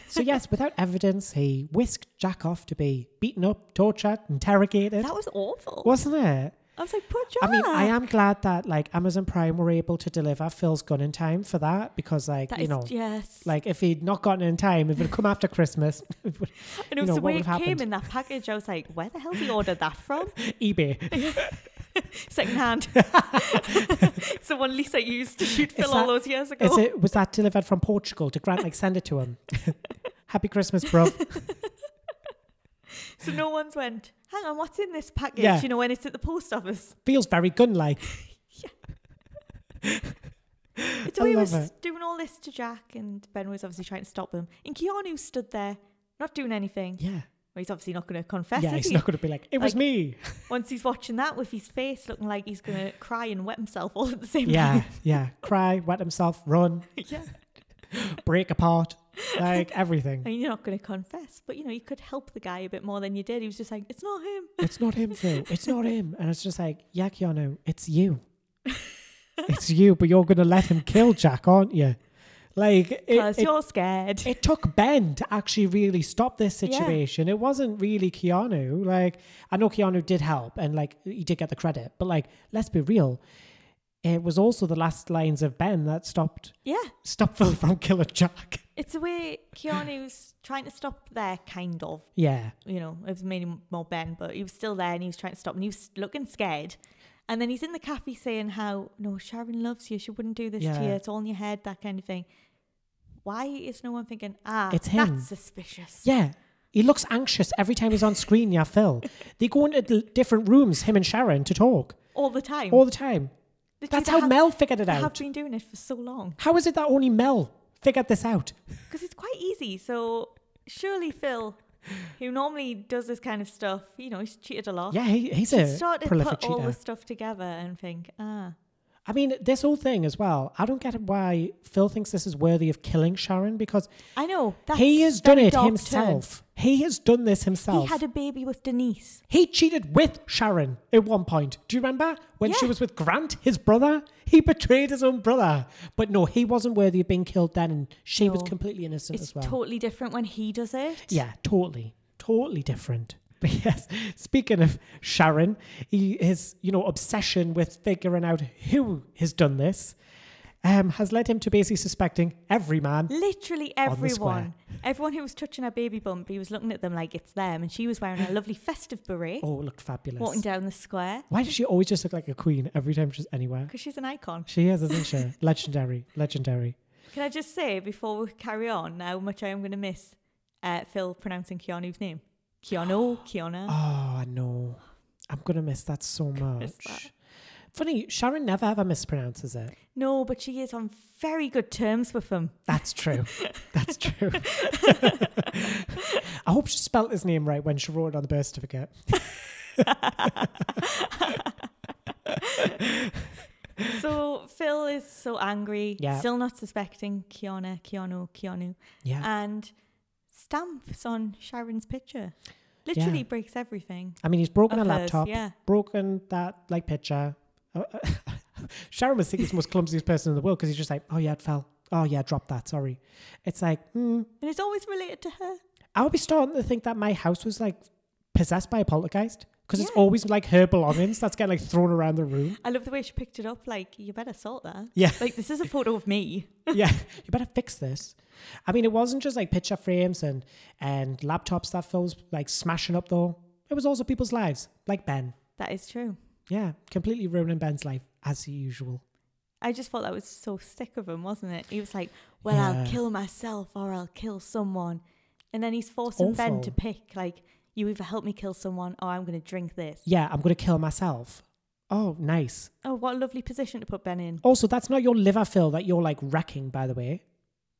[SPEAKER 2] So, yes, without evidence, he whisked Jack off to be beaten up, tortured, interrogated.
[SPEAKER 1] That was awful.
[SPEAKER 2] wasn't it?
[SPEAKER 1] I was like, poor Jack.
[SPEAKER 2] I mean, I am glad that like Amazon Prime were able to deliver Phil's gun in time for that because, like,
[SPEAKER 1] That
[SPEAKER 2] you
[SPEAKER 1] is-
[SPEAKER 2] know,
[SPEAKER 1] yes.
[SPEAKER 2] like if he'd not gotten it in time, it would come
[SPEAKER 1] <laughs>
[SPEAKER 2] after Christmas. It would-
[SPEAKER 1] and it
[SPEAKER 2] you
[SPEAKER 1] was
[SPEAKER 2] know,
[SPEAKER 1] the
[SPEAKER 2] what
[SPEAKER 1] way it
[SPEAKER 2] would've
[SPEAKER 1] came
[SPEAKER 2] happened?
[SPEAKER 1] in that package. I was like, where the hell did he order that
[SPEAKER 2] <laughs>
[SPEAKER 1] from?
[SPEAKER 2] eBay.
[SPEAKER 1] <laughs> Second
[SPEAKER 2] <laughs>
[SPEAKER 1] hand. it's the one Lisa used to shoot Phil all
[SPEAKER 2] that-
[SPEAKER 1] those years ago.
[SPEAKER 2] Is it was that delivered from Portugal? Did Grant like send it to him? <laughs> Happy Christmas, bro.
[SPEAKER 1] So no one's went, hang on, what's in this package?
[SPEAKER 2] Yeah.
[SPEAKER 1] You know, when it's at the post
[SPEAKER 2] <gasps>
[SPEAKER 1] office.
[SPEAKER 2] Feels very gun like.
[SPEAKER 1] It's
[SPEAKER 2] I
[SPEAKER 1] we
[SPEAKER 2] love
[SPEAKER 1] was
[SPEAKER 2] it.
[SPEAKER 1] doing all this to Jack and Ben was obviously trying to stop him. And Keanu stood there, not doing anything.
[SPEAKER 2] Yeah.
[SPEAKER 1] Well, he's obviously not going to confess,
[SPEAKER 2] yeah,
[SPEAKER 1] is
[SPEAKER 2] he's
[SPEAKER 1] he?
[SPEAKER 2] not going to be like, it was
[SPEAKER 1] Like-
[SPEAKER 2] me.
[SPEAKER 1] <laughs> Once he's watching that with his face looking like he's going to cry and wet himself all at the same
[SPEAKER 2] Yeah,
[SPEAKER 1] time. <laughs>
[SPEAKER 2] yeah. Cry, wet himself, run,
[SPEAKER 1] yeah.
[SPEAKER 2] break apart, like everything.
[SPEAKER 1] And you're not going to confess, but you know, you could help the guy a bit more than you did. He was just like, it's not him.
[SPEAKER 2] It's not him, Phil. It's not him. And it's just like, yeah, Keanu,
[SPEAKER 1] <laughs>
[SPEAKER 2] it's you. It's you, but you're going to let him kill Jack, aren't you? Like, it,
[SPEAKER 1] Because
[SPEAKER 2] it-
[SPEAKER 1] you're
[SPEAKER 2] <laughs>
[SPEAKER 1] scared.
[SPEAKER 2] it took Ben to actually really stop this
[SPEAKER 1] Yeah.
[SPEAKER 2] situation. It wasn't really Keanu. Like, I know Keanu did help and like he did get the credit, but like, let's be real. It was also the last lines of Ben that stopped
[SPEAKER 1] yeah.
[SPEAKER 2] stopped Phil from <laughs> killing Jack.
[SPEAKER 1] It's the way Keanu's trying to stop there, kind of.
[SPEAKER 2] Yeah.
[SPEAKER 1] You know, it was mainly more Ben, but he was still there and he was trying to stop and he was looking scared. And then he's in the cafe saying how, no, Sharon loves you. She wouldn't do this to you.
[SPEAKER 2] Yeah.
[SPEAKER 1] It's all in your head, that kind of thing. Why is no one thinking, ah,
[SPEAKER 2] It's him.
[SPEAKER 1] that's suspicious?
[SPEAKER 2] Yeah. He looks anxious every time he's on screen, yeah, Phil. They go into l- different rooms, him and Sharon, to talk
[SPEAKER 1] All the time.
[SPEAKER 2] all the time.
[SPEAKER 1] Literally,
[SPEAKER 2] That's
[SPEAKER 1] they
[SPEAKER 2] how
[SPEAKER 1] have-
[SPEAKER 2] Mel figured it
[SPEAKER 1] They have
[SPEAKER 2] out.
[SPEAKER 1] been doing it for so long.
[SPEAKER 2] How is it that only Mel figured this out?
[SPEAKER 1] because it's quite easy. So surely Phil, who normally does this kind of stuff, you know, he's cheated a lot.
[SPEAKER 2] Yeah, he, he's
[SPEAKER 1] should
[SPEAKER 2] a
[SPEAKER 1] start to
[SPEAKER 2] prolific
[SPEAKER 1] put all
[SPEAKER 2] cheater.
[SPEAKER 1] the stuff together and think, ah,
[SPEAKER 2] I mean, this whole thing as well. I don't get why Phil thinks this is worthy of killing Sharon because
[SPEAKER 1] I know that's
[SPEAKER 2] he has done
[SPEAKER 1] very
[SPEAKER 2] it
[SPEAKER 1] dark
[SPEAKER 2] himself. He has done this
[SPEAKER 1] turn.
[SPEAKER 2] himself.
[SPEAKER 1] He had a baby with Denise.
[SPEAKER 2] He cheated with Sharon at one point. Do you remember when she
[SPEAKER 1] Yeah.
[SPEAKER 2] was with Grant, his brother? He betrayed his own brother. But no, he wasn't worthy of being killed then, and she was
[SPEAKER 1] No.
[SPEAKER 2] completely innocent
[SPEAKER 1] It's
[SPEAKER 2] as well.
[SPEAKER 1] totally different when he does it.
[SPEAKER 2] yeah, totally, totally different. <laughs> But yes, speaking of Sharon, he, his you know obsession with figuring out who has done this um, has led him to basically suspecting every man.
[SPEAKER 1] Literally
[SPEAKER 2] On the square.
[SPEAKER 1] everyone, everyone who was touching her baby bump, he was looking at them like it's them, and she was wearing a lovely festive beret,
[SPEAKER 2] Oh, it looked fabulous.
[SPEAKER 1] walking down the square
[SPEAKER 2] Why does she always just look like a queen every time she's anywhere?
[SPEAKER 1] because she's an icon.
[SPEAKER 2] She is, isn't
[SPEAKER 1] <laughs>
[SPEAKER 2] she? legendary, legendary.
[SPEAKER 1] Can I just say before we carry on how much I am going to miss uh, Phil pronouncing Keanu's name?
[SPEAKER 2] <gasps>
[SPEAKER 1] Keanu, Keanu.
[SPEAKER 2] Oh, I know. I'm gonna miss that so much.
[SPEAKER 1] Mm-hmm. miss that.
[SPEAKER 2] Funny, Sharon never ever mispronounces it.
[SPEAKER 1] No, but she is on very good terms with
[SPEAKER 2] <laughs>
[SPEAKER 1] him. <laughs>
[SPEAKER 2] That's true. That's true. I hope she spelt his name right when she wrote it on the
[SPEAKER 1] <laughs>
[SPEAKER 2] birth certificate.
[SPEAKER 1] So Phil is so angry,
[SPEAKER 2] Yeah.
[SPEAKER 1] still not suspecting Keanu, Keanu, Keanu,
[SPEAKER 2] Yeah.
[SPEAKER 1] and stamps on Sharon's picture. Literally
[SPEAKER 2] Yeah.
[SPEAKER 1] breaks everything.
[SPEAKER 2] I mean, he's broken
[SPEAKER 1] Of
[SPEAKER 2] a
[SPEAKER 1] hers,
[SPEAKER 2] laptop,
[SPEAKER 1] yeah.
[SPEAKER 2] broken that like picture. Uh, uh, <laughs> Sharon was thinking he's the most clumsiest person in the world because he's just like, oh yeah, it fell. Oh yeah, drop that. Sorry. It's like, hmm.
[SPEAKER 1] And it's always related to her.
[SPEAKER 2] I'll be starting to think that my house was like possessed by a poltergeist because it's
[SPEAKER 1] Yeah.
[SPEAKER 2] always like her belongings that's getting like thrown around the room.
[SPEAKER 1] <laughs> I love the way she picked it up. Like, you better sort that.
[SPEAKER 2] Yeah.
[SPEAKER 1] Like, this is a photo of
[SPEAKER 2] <laughs>
[SPEAKER 1] me.
[SPEAKER 2] yeah, you better fix this. I mean, it wasn't just like picture frames and and laptops that was like smashing up though. It was also people's lives, like Ben.
[SPEAKER 1] That is true.
[SPEAKER 2] Yeah, completely ruining Ben's life as usual.
[SPEAKER 1] I just thought that was so sick of him, wasn't it? He was like, "Well, I'll
[SPEAKER 2] Yeah.
[SPEAKER 1] kill myself or I'll kill someone," and then he's forcing Ben to
[SPEAKER 2] awful.
[SPEAKER 1] pick, like, "You either help me kill someone or I'm going to drink this."
[SPEAKER 2] Yeah, I'm gonna kill myself. Oh, nice.
[SPEAKER 1] Oh, what a lovely position to put Ben in.
[SPEAKER 2] Also, that's not your liver fill that you're like wrecking, by the way.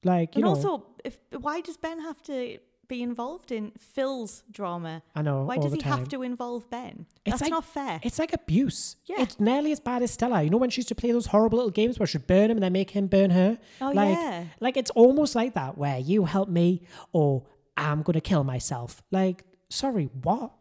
[SPEAKER 2] Like you
[SPEAKER 1] and
[SPEAKER 2] know,
[SPEAKER 1] also, if why does Ben have to be involved in Phil's drama?
[SPEAKER 2] I know.
[SPEAKER 1] Why
[SPEAKER 2] all
[SPEAKER 1] does
[SPEAKER 2] the
[SPEAKER 1] he
[SPEAKER 2] time.
[SPEAKER 1] have to involve Ben?
[SPEAKER 2] It's
[SPEAKER 1] That's
[SPEAKER 2] like-
[SPEAKER 1] not fair.
[SPEAKER 2] It's like abuse.
[SPEAKER 1] Yeah.
[SPEAKER 2] It's nearly as bad as Stella. You know when she used to play those horrible little games where she'd burn him and then make him burn her?
[SPEAKER 1] Oh,
[SPEAKER 2] like,
[SPEAKER 1] yeah.
[SPEAKER 2] Like it's almost like that where you help me or I'm gonna kill myself. Like, sorry, what?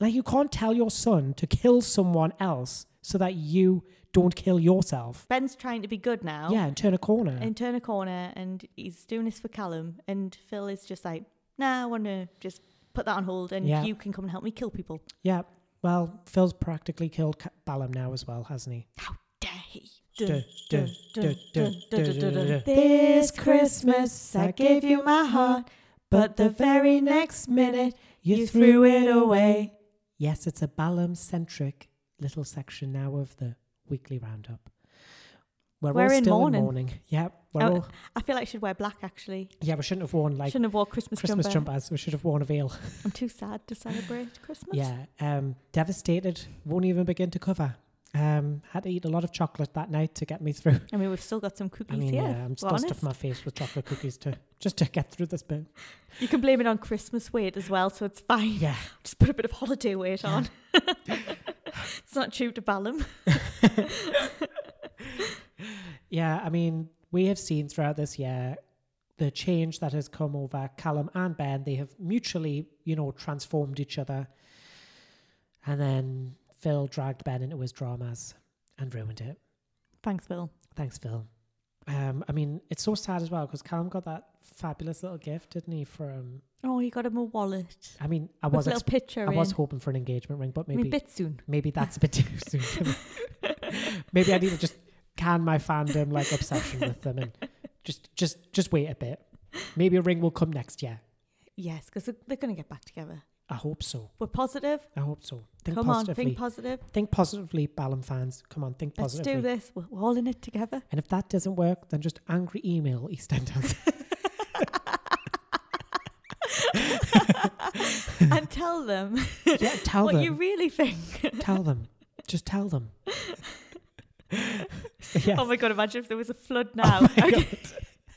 [SPEAKER 2] Like you can't tell your son to kill someone else so that you don't kill yourself.
[SPEAKER 1] Ben's trying to be good now
[SPEAKER 2] Yeah, and turn a corner.
[SPEAKER 1] and turn a corner, and he's doing this for Callum, and Phil is just like, "Nah, I want to just." Put that on hold, and
[SPEAKER 2] Yeah.
[SPEAKER 1] you can come and help me kill people.
[SPEAKER 2] yeah. Well, Phil's practically killed Ca- Balam now as well, hasn't he?
[SPEAKER 1] How dare he?
[SPEAKER 2] Dun, dun, dun, dun, dun, dun, dun, dun.
[SPEAKER 1] This Christmas I gave you my heart, but the very next minute you threw it away.
[SPEAKER 2] Yes, it's a Balam centric little section now of the weekly roundup. We're,
[SPEAKER 1] We're
[SPEAKER 2] all
[SPEAKER 1] in
[SPEAKER 2] still
[SPEAKER 1] mourning.
[SPEAKER 2] in mourning. Yeah, we're
[SPEAKER 1] Oh,
[SPEAKER 2] all,
[SPEAKER 1] I feel like I should wear black actually.
[SPEAKER 2] yeah, we shouldn't have worn like
[SPEAKER 1] Shouldn't have wore Christmas,
[SPEAKER 2] Christmas
[SPEAKER 1] jumper.
[SPEAKER 2] jumpers. We should have worn a veil.
[SPEAKER 1] I'm too sad to celebrate Christmas.
[SPEAKER 2] Yeah, um, devastated. Won't even begin to cover. Um, had to eat a lot of chocolate that night to get me through.
[SPEAKER 1] I mean, we've still got some cookies
[SPEAKER 2] I mean,
[SPEAKER 1] here.
[SPEAKER 2] yeah, I'm
[SPEAKER 1] if
[SPEAKER 2] still
[SPEAKER 1] we're honest.
[SPEAKER 2] stuffing my face with chocolate cookies to just to get through
[SPEAKER 1] <laughs>
[SPEAKER 2] this bit.
[SPEAKER 1] You can blame it on Christmas weight as well, so it's fine.
[SPEAKER 2] Yeah,
[SPEAKER 1] Just put a bit of holiday weight
[SPEAKER 2] Yeah.
[SPEAKER 1] on. <laughs> it's not true to Ballum.
[SPEAKER 2] yeah. I mean, we have seen throughout this year the change that has come over Callum and Ben. They have mutually, you know, transformed each other. And then Phil dragged Ben into his dramas and ruined it.
[SPEAKER 1] Thanks, Bill.
[SPEAKER 2] Thanks, Phil. Um, I mean, it's so sad as well because Callum got that fabulous little gift, didn't he? From
[SPEAKER 1] Oh, you got him a wallet.
[SPEAKER 2] I mean, I
[SPEAKER 1] With
[SPEAKER 2] was
[SPEAKER 1] a little
[SPEAKER 2] ex-
[SPEAKER 1] picture
[SPEAKER 2] I was
[SPEAKER 1] in.
[SPEAKER 2] hoping for an engagement ring, but
[SPEAKER 1] I mean,
[SPEAKER 2] maybe
[SPEAKER 1] bit soon.
[SPEAKER 2] maybe that's a bit too soon.
[SPEAKER 1] <laughs>
[SPEAKER 2] for me. maybe I need to just can my fandom like obsession with them and just just just wait a bit. Maybe a ring will come next year.
[SPEAKER 1] Yes, because they're, they're going to get back together.
[SPEAKER 2] I hope so.
[SPEAKER 1] We're positive.
[SPEAKER 2] I hope so. Think
[SPEAKER 1] Come on,
[SPEAKER 2] positively.
[SPEAKER 1] think positive.
[SPEAKER 2] think positively, Balam fans. Come on, think
[SPEAKER 1] Let's
[SPEAKER 2] positively.
[SPEAKER 1] do this. We're we're all in it
[SPEAKER 2] <laughs>
[SPEAKER 1] together.
[SPEAKER 2] And if that doesn't work, then just angry email
[SPEAKER 1] <laughs>
[SPEAKER 2] EastEnders.
[SPEAKER 1] and tell them
[SPEAKER 2] yeah,
[SPEAKER 1] <laughs>
[SPEAKER 2] tell
[SPEAKER 1] what
[SPEAKER 2] them.
[SPEAKER 1] you really think.
[SPEAKER 2] tell them. Just
[SPEAKER 1] <laughs>
[SPEAKER 2] tell them. <laughs> So, yes.
[SPEAKER 1] Oh
[SPEAKER 2] Oh
[SPEAKER 1] my god! Imagine if there was a flood now.
[SPEAKER 2] my
[SPEAKER 1] I'd, <laughs>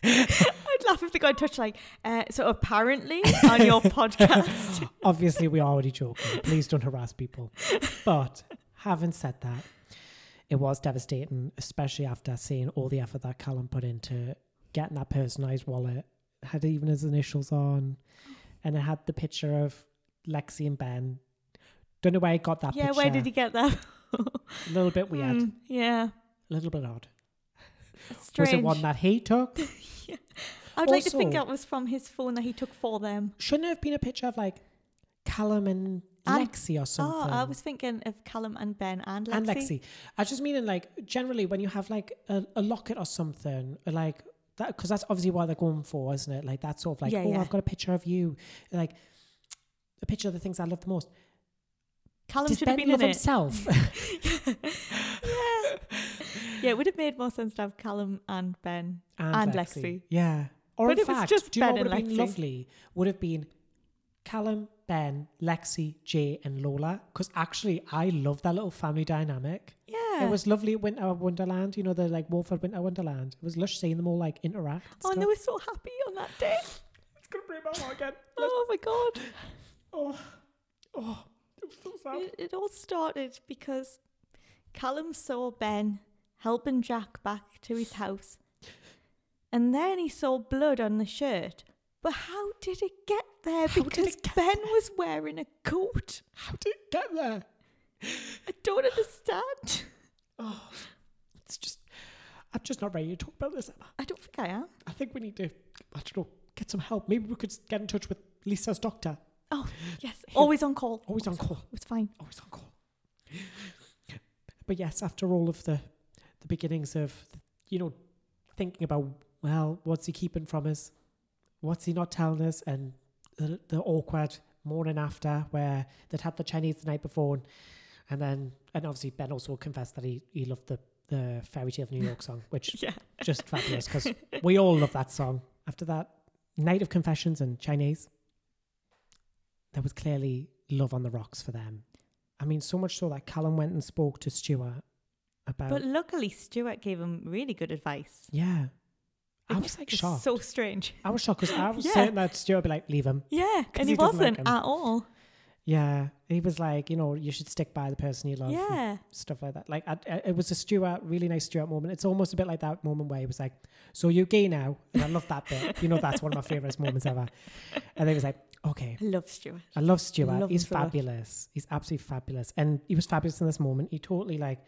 [SPEAKER 1] I'd laugh if they got in touch. Like, uh, so apparently on
[SPEAKER 2] <laughs>
[SPEAKER 1] your podcast,
[SPEAKER 2] Obviously, we're already joking. Please don't harass people. But having said that, it was devastating, especially after seeing all the effort that Callum put into getting that personalized wallet, had even his initials on, and it had the picture of Lexi and Ben. Don't know where he got that
[SPEAKER 1] yeah,
[SPEAKER 2] picture.
[SPEAKER 1] where did he get that? <laughs>
[SPEAKER 2] A little bit weird,
[SPEAKER 1] Hmm, yeah,
[SPEAKER 2] a little bit odd.
[SPEAKER 1] strange.
[SPEAKER 2] Was it one that he took?
[SPEAKER 1] I'd like to think
[SPEAKER 2] Also-
[SPEAKER 1] that was from his phone that he took for them. Ah,
[SPEAKER 2] Shouldn't it have been a picture of like Callum and
[SPEAKER 1] And-
[SPEAKER 2] Lexi or something.
[SPEAKER 1] Oh, I was thinking of Callum and Ben and Lexi.
[SPEAKER 2] and Lexi. I was just meaning like generally when you have like a, a locket or something, like that because that's obviously what they're going for, isn't it? Like that sort of like,
[SPEAKER 1] Yeah,
[SPEAKER 2] oh,
[SPEAKER 1] yeah.
[SPEAKER 2] I've got a picture of you, like a picture of the things I love the most.
[SPEAKER 1] Callum
[SPEAKER 2] Does
[SPEAKER 1] should have
[SPEAKER 2] Ben
[SPEAKER 1] been
[SPEAKER 2] love
[SPEAKER 1] in it.
[SPEAKER 2] himself?
[SPEAKER 1] <laughs>
[SPEAKER 2] <laughs>
[SPEAKER 1] yeah. yeah, it would have made more sense to have Callum and Ben. And Lexi.
[SPEAKER 2] yeah. Or
[SPEAKER 1] But
[SPEAKER 2] in
[SPEAKER 1] it was
[SPEAKER 2] fact,
[SPEAKER 1] just
[SPEAKER 2] do you know
[SPEAKER 1] Ben
[SPEAKER 2] what would
[SPEAKER 1] and
[SPEAKER 2] have been
[SPEAKER 1] Lexi.
[SPEAKER 2] lovely? Would have been Callum, Ben, Lexi, Jay, and Lola. Because actually, I love that little family dynamic.
[SPEAKER 1] Yeah.
[SPEAKER 2] It was lovely at Winter Wonderland, you know, the like Wolford Winter Wonderland. It was lush seeing them all like interact. and
[SPEAKER 1] oh, and
[SPEAKER 2] stuff.
[SPEAKER 1] they were so happy on that day.
[SPEAKER 2] It's gonna break my heart again.
[SPEAKER 1] Oh my god.
[SPEAKER 2] Oh, oh, I'm so sad.
[SPEAKER 1] It, it all started because Callum saw Ben helping Jack back to his house. And then he saw blood on the shirt. But how did it get there?
[SPEAKER 2] How did
[SPEAKER 1] because
[SPEAKER 2] it get
[SPEAKER 1] Ben was wearing a coat.
[SPEAKER 2] How did it get there?
[SPEAKER 1] I don't understand.
[SPEAKER 2] Oh, it's just, I'm just not ready to talk about this, Emma.
[SPEAKER 1] I don't think I am.
[SPEAKER 2] I think we need to, I don't know, get some help. Maybe we could s- get in touch with Lisa's doctor
[SPEAKER 1] Oh, Yes, always on call.
[SPEAKER 2] Always on call.
[SPEAKER 1] It's fine.
[SPEAKER 2] Always Oh, on call. But yes, after all of the the beginnings of you know thinking about well, what's he keeping from us? What's he not telling us? And the, the awkward morning after where they'd had the Chinese the night before, and, and then and obviously Ben also confessed that he he loved the the fairy tale of New York song, which
[SPEAKER 1] Yeah.
[SPEAKER 2] just fabulous
[SPEAKER 1] <laughs>
[SPEAKER 2] because we all love that song. After that, Night of Confessions and Chinese, there was clearly love on the rocks for them. I mean, so much so that Callum went and spoke to Stuart about.
[SPEAKER 1] But luckily, Stuart gave him really good advice.
[SPEAKER 2] yeah. I
[SPEAKER 1] It
[SPEAKER 2] was like
[SPEAKER 1] is
[SPEAKER 2] shocked.
[SPEAKER 1] So
[SPEAKER 2] <laughs>
[SPEAKER 1] strange.
[SPEAKER 2] I was shocked because I was
[SPEAKER 1] Yeah.
[SPEAKER 2] certain that Stuart would be like, leave him.
[SPEAKER 1] Yeah, and he,
[SPEAKER 2] he doesn't like um,
[SPEAKER 1] wasn't
[SPEAKER 2] him.
[SPEAKER 1] at all.
[SPEAKER 2] Yeah. He was like, you know, you should stick by the person you love. and
[SPEAKER 1] Yeah,
[SPEAKER 2] Stuff like that. Like, I, I- it was a Stuart, really nice Stuart moment. It's almost a bit like that moment where he was like, so you're gay now. And I love that bit. You know, that's one of my favourite moments ever. And then he was like, okay,
[SPEAKER 1] I love Stuart.
[SPEAKER 2] I love Stuart.
[SPEAKER 1] Love him
[SPEAKER 2] He's
[SPEAKER 1] so much.
[SPEAKER 2] fabulous. He's absolutely fabulous. And he was fabulous in this moment. He totally like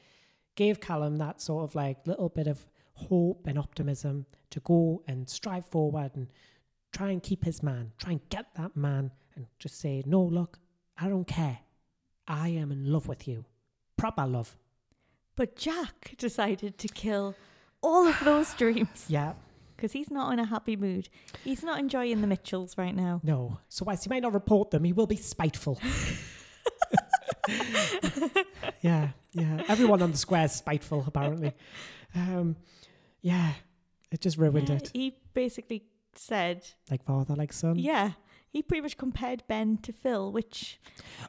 [SPEAKER 2] gave Callum that sort of like little bit of hope and optimism to go and strive forward and try and keep his man, try and get that man and just say, No, look, I don't care. I am in love with you. Proper love.
[SPEAKER 1] But Jack decided to kill all of those dreams
[SPEAKER 2] Yeah.
[SPEAKER 1] because he's not in a happy mood. He's not enjoying the Mitchells right now.
[SPEAKER 2] No. So whilst he might not report them, he will be spiteful. <laughs> yeah, yeah. Everyone on the square is spiteful, <laughs> apparently. Um, yeah, it just <laughs> ruined
[SPEAKER 1] Yeah,
[SPEAKER 2] it. Um,
[SPEAKER 1] He basically said,
[SPEAKER 2] Like father, like son.
[SPEAKER 1] yeah, he pretty much compared Ben to Phil, which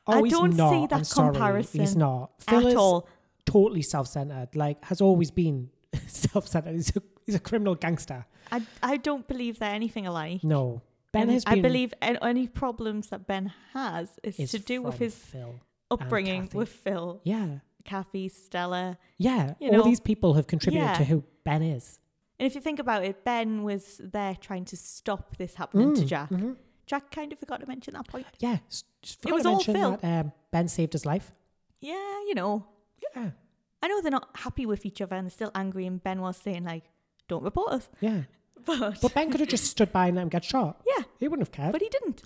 [SPEAKER 2] Oh,
[SPEAKER 1] I
[SPEAKER 2] he's
[SPEAKER 1] don't see
[SPEAKER 2] not.
[SPEAKER 1] that
[SPEAKER 2] I'm sorry. He's
[SPEAKER 1] comparison
[SPEAKER 2] not. Phil
[SPEAKER 1] at
[SPEAKER 2] is
[SPEAKER 1] all.
[SPEAKER 2] totally self-centered. Like has always been <laughs> self-centered. He's a, he's a criminal gangster.
[SPEAKER 1] I, I don't believe they're anything alike.
[SPEAKER 2] No, Ben
[SPEAKER 1] And
[SPEAKER 2] has been.
[SPEAKER 1] I believe an- any problems that Ben has is,
[SPEAKER 2] is
[SPEAKER 1] to do with
[SPEAKER 2] from
[SPEAKER 1] his
[SPEAKER 2] Phil.
[SPEAKER 1] upbringing
[SPEAKER 2] Kathy.
[SPEAKER 1] with Phil,
[SPEAKER 2] Yeah,
[SPEAKER 1] Kathy, Stella.
[SPEAKER 2] yeah.
[SPEAKER 1] You
[SPEAKER 2] All
[SPEAKER 1] know,
[SPEAKER 2] these people have contributed
[SPEAKER 1] yeah.
[SPEAKER 2] to who Ben is.
[SPEAKER 1] And if you think about it, Ben was there trying to stop this happening to
[SPEAKER 2] Mm,
[SPEAKER 1] Jack.
[SPEAKER 2] mhm.
[SPEAKER 1] Jack kind of forgot to mention that point.
[SPEAKER 2] Yeah, s- just
[SPEAKER 1] was
[SPEAKER 2] forgot to
[SPEAKER 1] all
[SPEAKER 2] mention
[SPEAKER 1] Phil.
[SPEAKER 2] that um, Ben saved his life.
[SPEAKER 1] Yeah, you know,
[SPEAKER 2] Yeah,
[SPEAKER 1] I know they're not happy with each other and they're still angry. And Ben was saying like, "Don't report us," <laughs>
[SPEAKER 2] yeah.
[SPEAKER 1] but
[SPEAKER 2] But Ben could have just stood by and let him get shot.
[SPEAKER 1] yeah,
[SPEAKER 2] He wouldn't have cared.
[SPEAKER 1] but he didn't.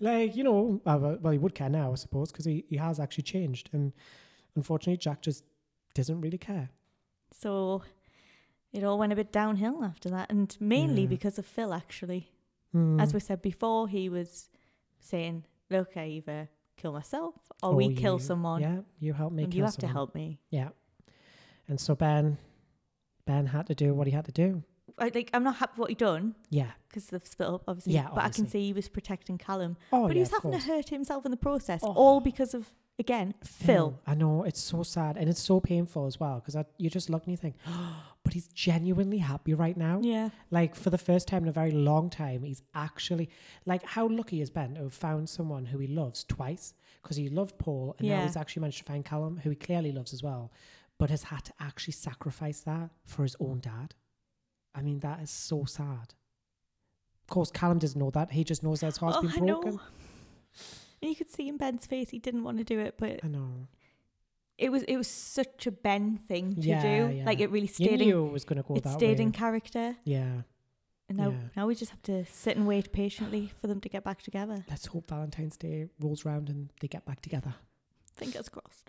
[SPEAKER 2] like you know, uh, well, well, he would care now, I suppose, because he, he has actually changed, and unfortunately, Jack just doesn't really care.
[SPEAKER 1] So it all went a bit downhill after that, and mainly
[SPEAKER 2] Yeah.
[SPEAKER 1] because of Phil. Actually,
[SPEAKER 2] Mm.
[SPEAKER 1] as we said before, he was saying, "Look, I either kill myself or
[SPEAKER 2] Or
[SPEAKER 1] we kill
[SPEAKER 2] you-
[SPEAKER 1] someone,
[SPEAKER 2] Oh, Yeah, you help me.
[SPEAKER 1] and
[SPEAKER 2] kill
[SPEAKER 1] you have
[SPEAKER 2] someone.
[SPEAKER 1] to help me."
[SPEAKER 2] Yeah, and so Ben, Ben had to do what he had to do.
[SPEAKER 1] I, like, I'm not happy what he done
[SPEAKER 2] Yeah.
[SPEAKER 1] because they've split up, obviously.
[SPEAKER 2] Yeah,
[SPEAKER 1] but I
[SPEAKER 2] obviously.
[SPEAKER 1] can see he was protecting Callum.
[SPEAKER 2] Oh,
[SPEAKER 1] but
[SPEAKER 2] yeah,
[SPEAKER 1] he was
[SPEAKER 2] of
[SPEAKER 1] having to
[SPEAKER 2] course.
[SPEAKER 1] hurt himself in the process,
[SPEAKER 2] Oh.
[SPEAKER 1] all because of, again, Phil.
[SPEAKER 2] Hmm. I know it's so sad and it's so painful as well because you just look and you think, <gasps> but he's genuinely happy right now.
[SPEAKER 1] Yeah.
[SPEAKER 2] Like for the first time in a very long time, he's actually like how lucky is Ben to have found someone who he loves twice because he loved Paul and now
[SPEAKER 1] Yeah.
[SPEAKER 2] he's actually managed to find Callum, who he clearly loves as well, but has had to actually sacrifice that for his own dad. I mean, that is so sad. Of course, Callum doesn't know that. He just knows that his heart's
[SPEAKER 1] oh,
[SPEAKER 2] been
[SPEAKER 1] I
[SPEAKER 2] broken.
[SPEAKER 1] know. And you could see in Ben's face he didn't want to do it, but
[SPEAKER 2] I know.
[SPEAKER 1] it was it was such a Ben thing to
[SPEAKER 2] Yeah,
[SPEAKER 1] do.
[SPEAKER 2] yeah.
[SPEAKER 1] Like it really
[SPEAKER 2] You
[SPEAKER 1] stayed in
[SPEAKER 2] knew it was going to go
[SPEAKER 1] it
[SPEAKER 2] that
[SPEAKER 1] stayed
[SPEAKER 2] way.
[SPEAKER 1] in character.
[SPEAKER 2] yeah.
[SPEAKER 1] And now
[SPEAKER 2] Yeah.
[SPEAKER 1] now we just have to sit and wait patiently for them to get back together.
[SPEAKER 2] Let's hope Valentine's Day rolls round and they get back together.
[SPEAKER 1] Fingers crossed.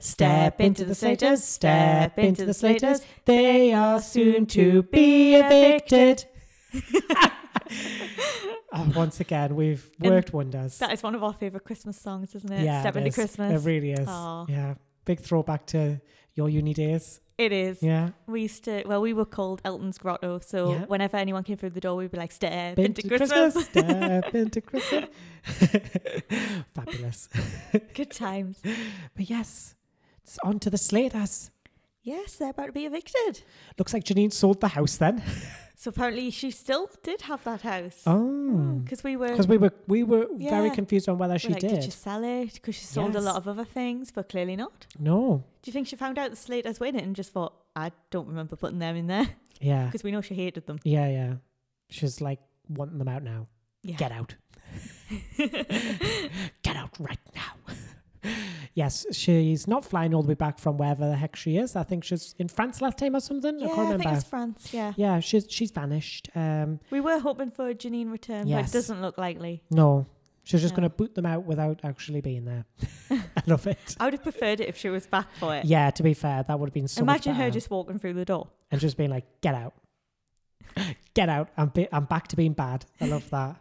[SPEAKER 2] Step into the Slaters, step into the Slaters,
[SPEAKER 1] <laughs>
[SPEAKER 2] <laughs> they are soon to be evicted. <laughs> Oh, once again, we've
[SPEAKER 1] And
[SPEAKER 2] worked wonders.
[SPEAKER 1] That is one of our favourite Christmas songs, isn't it?
[SPEAKER 2] Yeah,
[SPEAKER 1] Step
[SPEAKER 2] it
[SPEAKER 1] into
[SPEAKER 2] is.
[SPEAKER 1] Christmas.
[SPEAKER 2] It really is.
[SPEAKER 1] Aw.
[SPEAKER 2] Yeah. Big throwback to your uni days.
[SPEAKER 1] it is.
[SPEAKER 2] Yeah.
[SPEAKER 1] We used to, well, we were called Elton's Grotto. So
[SPEAKER 2] Yeah.
[SPEAKER 1] whenever anyone came through the door, we'd be like, step into, Christmas.
[SPEAKER 2] <laughs> step into Christmas. <laughs> Fabulous.
[SPEAKER 1] <laughs> Good times.
[SPEAKER 2] But yes, it's on to the Slaters.
[SPEAKER 1] Yes, they're about to be evicted.
[SPEAKER 2] Looks like Janine sold the house then.
[SPEAKER 1] So apparently she still did have that house.
[SPEAKER 2] Oh.
[SPEAKER 1] Because we were.
[SPEAKER 2] Because we were we were very
[SPEAKER 1] Yeah.
[SPEAKER 2] confused on whether
[SPEAKER 1] we're
[SPEAKER 2] she
[SPEAKER 1] like,
[SPEAKER 2] did.
[SPEAKER 1] you sell it? Because she sold a
[SPEAKER 2] Yes.
[SPEAKER 1] lot of other things, but clearly not.
[SPEAKER 2] No.
[SPEAKER 1] Do you think she found out the Slaters were in it and just thought, I don't remember putting them in there?
[SPEAKER 2] Yeah.
[SPEAKER 1] Because we know she hated them.
[SPEAKER 2] Yeah, yeah. She's like wanting them out now. <laughs>
[SPEAKER 1] Yeah.
[SPEAKER 2] Get out. Get out right now. <laughs> Yes, she's not flying all the way back from wherever the heck she is. I think she's in France last time or something. I
[SPEAKER 1] Yeah,
[SPEAKER 2] can't
[SPEAKER 1] I,
[SPEAKER 2] remember.
[SPEAKER 1] think it's France. Yeah.
[SPEAKER 2] yeah, she's she's vanished. Um,
[SPEAKER 1] We were hoping for a Janine return, but
[SPEAKER 2] Yes.
[SPEAKER 1] it doesn't look likely.
[SPEAKER 2] no, she's just
[SPEAKER 1] No.
[SPEAKER 2] going to boot them out without actually
[SPEAKER 1] <laughs>
[SPEAKER 2] being there. <laughs> I love it.
[SPEAKER 1] I would have preferred it if she was back for it.
[SPEAKER 2] Yeah, to be fair, that would have been so much
[SPEAKER 1] Uh, Imagine her
[SPEAKER 2] better.
[SPEAKER 1] just walking through the door.
[SPEAKER 2] and just being like, "Get out, get out." I'm be- I'm back to being bad. I love that.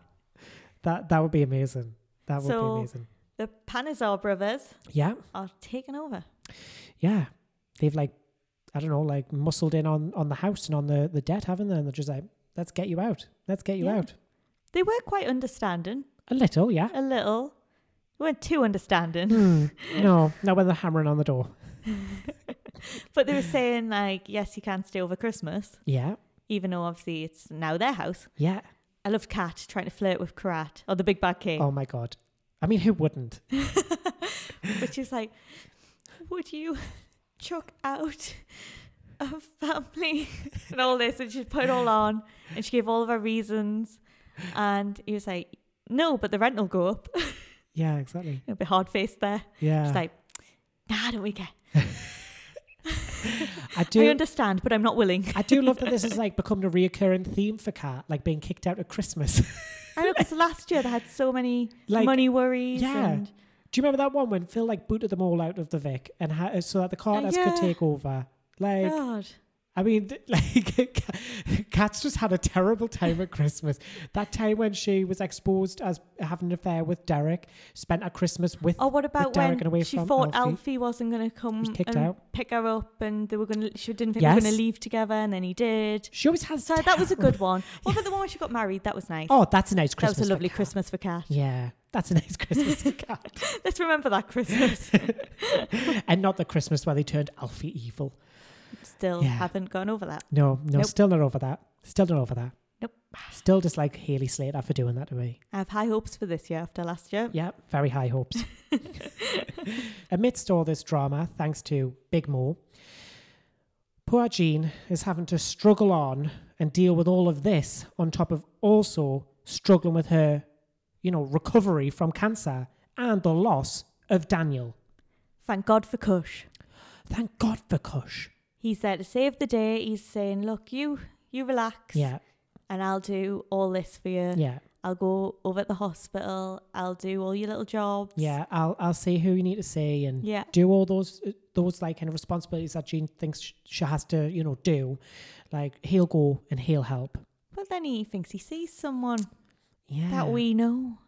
[SPEAKER 2] that that would be amazing. That would
[SPEAKER 1] So-
[SPEAKER 2] be amazing.
[SPEAKER 1] The Panizar brothers
[SPEAKER 2] Yeah,
[SPEAKER 1] are taking over.
[SPEAKER 2] yeah. They've like, I don't know, like muscled in on on the house and on the the debt, haven't they? And they're just like, "Let's get you out. Let's get you
[SPEAKER 1] Yeah.
[SPEAKER 2] out."
[SPEAKER 1] They were quite understanding,
[SPEAKER 2] A little,
[SPEAKER 1] <laughs>
[SPEAKER 2] yeah.
[SPEAKER 1] a little. They weren't too
[SPEAKER 2] <laughs>
[SPEAKER 1] understanding,
[SPEAKER 2] Hmm. no, not when they're hammering on the door.
[SPEAKER 1] but they were saying like, "Yes, you can stay over Christmas,"
[SPEAKER 2] Yeah,
[SPEAKER 1] even though obviously it's now their house.
[SPEAKER 2] yeah.
[SPEAKER 1] I loved Kat trying to flirt with Karat or the big bad king,
[SPEAKER 2] Oh my god. I mean, who wouldn't?
[SPEAKER 1] <laughs> which is like, "Would you chuck out a family <laughs> and all this?" And she put it all on, and she gave all of her reasons, and he was like, "No, but the rent will go up." <laughs>
[SPEAKER 2] Yeah, exactly.
[SPEAKER 1] It'll be hard faced there.
[SPEAKER 2] Yeah,
[SPEAKER 1] She's like, nah, I don't we care?
[SPEAKER 2] I do.
[SPEAKER 1] I understand, but I'm not
[SPEAKER 2] <laughs>
[SPEAKER 1] willing.
[SPEAKER 2] I do love that this has like become a recurring theme for Cat, like being kicked out at Christmas. <laughs>
[SPEAKER 1] I know because last year they had so many
[SPEAKER 2] Like,
[SPEAKER 1] money worries.
[SPEAKER 2] yeah.
[SPEAKER 1] And
[SPEAKER 2] Do you remember that one when Phil like booted them all out of the Vic and ha- uh, so that the Carters
[SPEAKER 1] yeah.
[SPEAKER 2] could take over? Like,
[SPEAKER 1] God,
[SPEAKER 2] I mean, th- <laughs> like, Kat's just had a terrible time at Christmas. That time when she was exposed as having an affair with Derek, spent a Christmas with.
[SPEAKER 1] or oh, what about
[SPEAKER 2] Derek and
[SPEAKER 1] when
[SPEAKER 2] away
[SPEAKER 1] she
[SPEAKER 2] from
[SPEAKER 1] thought
[SPEAKER 2] Alfie.
[SPEAKER 1] Alfie, wasn't going to come
[SPEAKER 2] Was kicked
[SPEAKER 1] mm, and
[SPEAKER 2] out.
[SPEAKER 1] pick her up, and they were going to she didn't think they were going
[SPEAKER 2] Yes.
[SPEAKER 1] to leave together, and then he did.
[SPEAKER 2] She always has.
[SPEAKER 1] So that was a good
[SPEAKER 2] terrible- <laughs>
[SPEAKER 1] one. What about the one where she got married? That was nice.
[SPEAKER 2] Oh, that's a nice
[SPEAKER 1] that
[SPEAKER 2] Christmas.
[SPEAKER 1] was a
[SPEAKER 2] for
[SPEAKER 1] lovely
[SPEAKER 2] Kat.
[SPEAKER 1] Christmas for Kat.
[SPEAKER 2] Yeah, that's a nice Christmas for Kat.
[SPEAKER 1] <laughs> Let's remember that Christmas.
[SPEAKER 2] <laughs> and not the Christmas where they turned Alfie evil.
[SPEAKER 1] Still
[SPEAKER 2] Yeah.
[SPEAKER 1] haven't gone over that.
[SPEAKER 2] No, no,
[SPEAKER 1] Nope.
[SPEAKER 2] still not over that. Still not over that.
[SPEAKER 1] Nope.
[SPEAKER 2] Still dislike Haley Slater for doing that to me.
[SPEAKER 1] I have high hopes for this year after last year. <laughs>
[SPEAKER 2] Yeah, very high hopes. Amidst all this drama, thanks to Big Mo, poor Jean is having to struggle on and deal with all of this on top of also struggling with her, you know, recovery from cancer and the loss of Daniel.
[SPEAKER 1] Thank God for Kush.
[SPEAKER 2] Thank God for Kush.
[SPEAKER 1] He's there to save the day. He's saying, "Look, you, you relax,
[SPEAKER 2] Yeah,
[SPEAKER 1] and I'll do all this for you.
[SPEAKER 2] yeah,
[SPEAKER 1] I'll go over at the hospital. I'll do all your little jobs.
[SPEAKER 2] yeah. I'll I'll see who you need to see and
[SPEAKER 1] yeah,
[SPEAKER 2] do all those those like kind of responsibilities that Jean thinks sh- she has to, you know, do. Like he'll go and he'll help.
[SPEAKER 1] But then he thinks he sees someone
[SPEAKER 2] Yeah.
[SPEAKER 1] that we
[SPEAKER 2] <sighs>
[SPEAKER 1] know.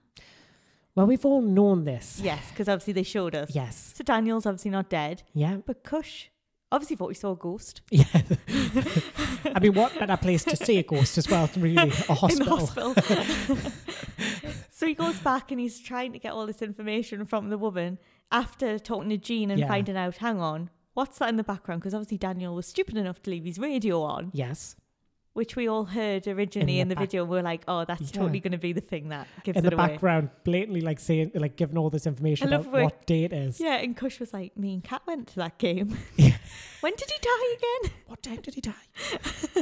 [SPEAKER 2] Well, we've all known this.
[SPEAKER 1] Yes, because obviously they showed us.
[SPEAKER 2] Yes.
[SPEAKER 1] So Daniel's obviously not dead,
[SPEAKER 2] Yeah. <laughs>
[SPEAKER 1] but Kush obviously thought he saw a ghost
[SPEAKER 2] Yeah. I mean, what better place to see a ghost as well,
[SPEAKER 1] <laughs>
[SPEAKER 2] really? A hospital.
[SPEAKER 1] in the hospital.
[SPEAKER 2] <laughs>
[SPEAKER 1] <laughs> so he goes back and he's trying to get all this information from the woman after talking to Jean and
[SPEAKER 2] Yeah.
[SPEAKER 1] finding out. Hang on. What's that in the background? Because obviously Daniel was stupid enough to leave his radio on.
[SPEAKER 2] Yes.
[SPEAKER 1] which we all heard originally in the,
[SPEAKER 2] In the back-
[SPEAKER 1] video. We're like, oh, that's
[SPEAKER 2] Yeah.
[SPEAKER 1] totally going to be the thing that gives
[SPEAKER 2] In
[SPEAKER 1] it
[SPEAKER 2] the
[SPEAKER 1] away.
[SPEAKER 2] background, blatantly like saying, like giving all this information
[SPEAKER 1] I love
[SPEAKER 2] about
[SPEAKER 1] where-
[SPEAKER 2] what day it is.
[SPEAKER 1] Yeah, and Kush was like, me and Kat went to that game.
[SPEAKER 2] <laughs>
[SPEAKER 1] <laughs>
[SPEAKER 2] Yeah.
[SPEAKER 1] when did he die again? <laughs>
[SPEAKER 2] What time did he die? <laughs>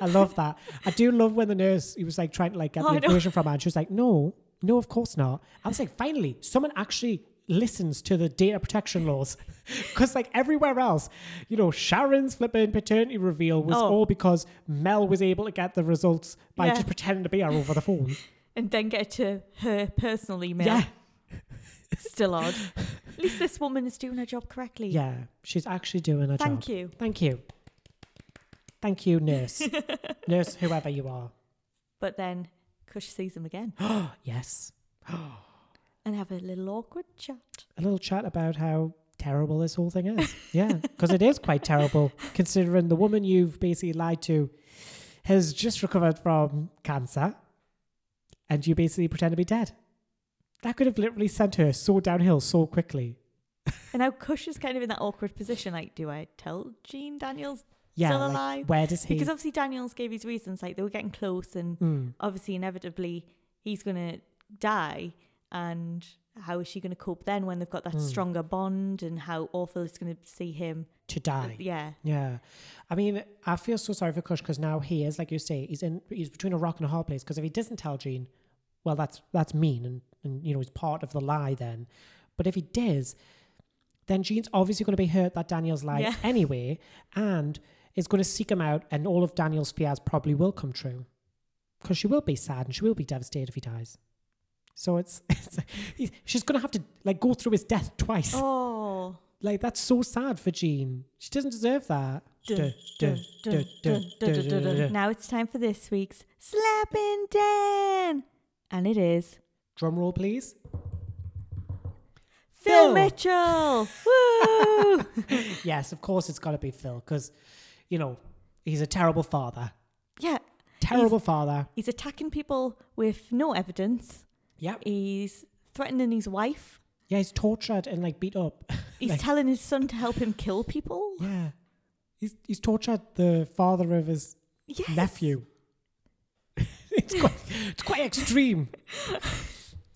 [SPEAKER 2] I love that. I do love when the nurse he was like trying to like get
[SPEAKER 1] Oh, I
[SPEAKER 2] the
[SPEAKER 1] know.
[SPEAKER 2] information from her, and she was like, "No, no, of course not." I was like, "Finally, someone actually listens to the data protection laws," <laughs> because like everywhere else, you know, Sharon's flipping paternity reveal was
[SPEAKER 1] Oh.
[SPEAKER 2] all because Mel was able to get the results by
[SPEAKER 1] Yeah.
[SPEAKER 2] just pretending to be her over the
[SPEAKER 1] <laughs>
[SPEAKER 2] phone.
[SPEAKER 1] And then get to her personal email.
[SPEAKER 2] yeah,
[SPEAKER 1] <laughs> Still
[SPEAKER 2] <laughs>
[SPEAKER 1] odd. At least this woman is doing her job correctly.
[SPEAKER 2] yeah, she's actually doing her job.
[SPEAKER 1] Thank you.
[SPEAKER 2] Thank you, thank
[SPEAKER 1] <laughs>
[SPEAKER 2] you, nurse, nurse, whoever you are.
[SPEAKER 1] But then Kush sees him again <gasps>
[SPEAKER 2] Yes.
[SPEAKER 1] and have a little awkward chat.
[SPEAKER 2] a little chat about how terrible this whole thing is. <laughs> Yeah, because it is quite terrible considering the woman you've basically lied to has just recovered from cancer and you basically pretend to be dead. That could have literally sent her so downhill so quickly.
[SPEAKER 1] And now Kush is kind of in that awkward position. Like, do I tell Jean Daniels?
[SPEAKER 2] Yeah,
[SPEAKER 1] Still
[SPEAKER 2] like,
[SPEAKER 1] alive.
[SPEAKER 2] where does he?
[SPEAKER 1] Because obviously Daniels gave his reasons. Like, they were getting close and
[SPEAKER 2] Mm,
[SPEAKER 1] obviously inevitably he's going to die and how is she going to cope then when they've got that
[SPEAKER 2] Mm.
[SPEAKER 1] stronger bond and how awful it's going to see him
[SPEAKER 2] to die.
[SPEAKER 1] yeah
[SPEAKER 2] Yeah, I mean, I feel so sorry for Kush because now he is, like you say, he's in, he's between a rock and a hard place. Because if he doesn't tell Jean, well, that's that's mean, and and you know he's part of the lie then. But if he does, then Jean's obviously going to be hurt that Daniel's lied
[SPEAKER 1] Yeah.
[SPEAKER 2] anyway, and is going to seek him out, and all of Daniel's fears probably will come true, because she will be sad and she will be devastated if he dies. So it's, <laughs> it's he's- she's going to have to like go through his death twice.
[SPEAKER 1] Oh.
[SPEAKER 2] Like that's so sad for Jean. She doesn't deserve that. Duh, duh, duh, duh, duh, duh, duh, duh.
[SPEAKER 1] Now it's time for this week's Slapping Dan. And it is
[SPEAKER 2] Drum roll, please.
[SPEAKER 1] Phil
[SPEAKER 2] Phil.
[SPEAKER 1] Mitchell. Woo!
[SPEAKER 2] <laughs>
[SPEAKER 1] <laughs>
[SPEAKER 2] Yes, of course it's got to be Phil because, you know, he's a terrible father.
[SPEAKER 1] yeah.
[SPEAKER 2] Terrible father.
[SPEAKER 1] He's attacking people with no evidence.
[SPEAKER 2] Yep.
[SPEAKER 1] He's threatening his wife.
[SPEAKER 2] Yeah, he's tortured and like beat
[SPEAKER 1] <laughs>
[SPEAKER 2] up.
[SPEAKER 1] He's
[SPEAKER 2] Like-
[SPEAKER 1] telling his son to help him kill people.
[SPEAKER 2] yeah. He's he's tortured the father of his
[SPEAKER 1] Yes.
[SPEAKER 2] nephew. <laughs> it's quite it's
[SPEAKER 1] <laughs>
[SPEAKER 2] quite extreme.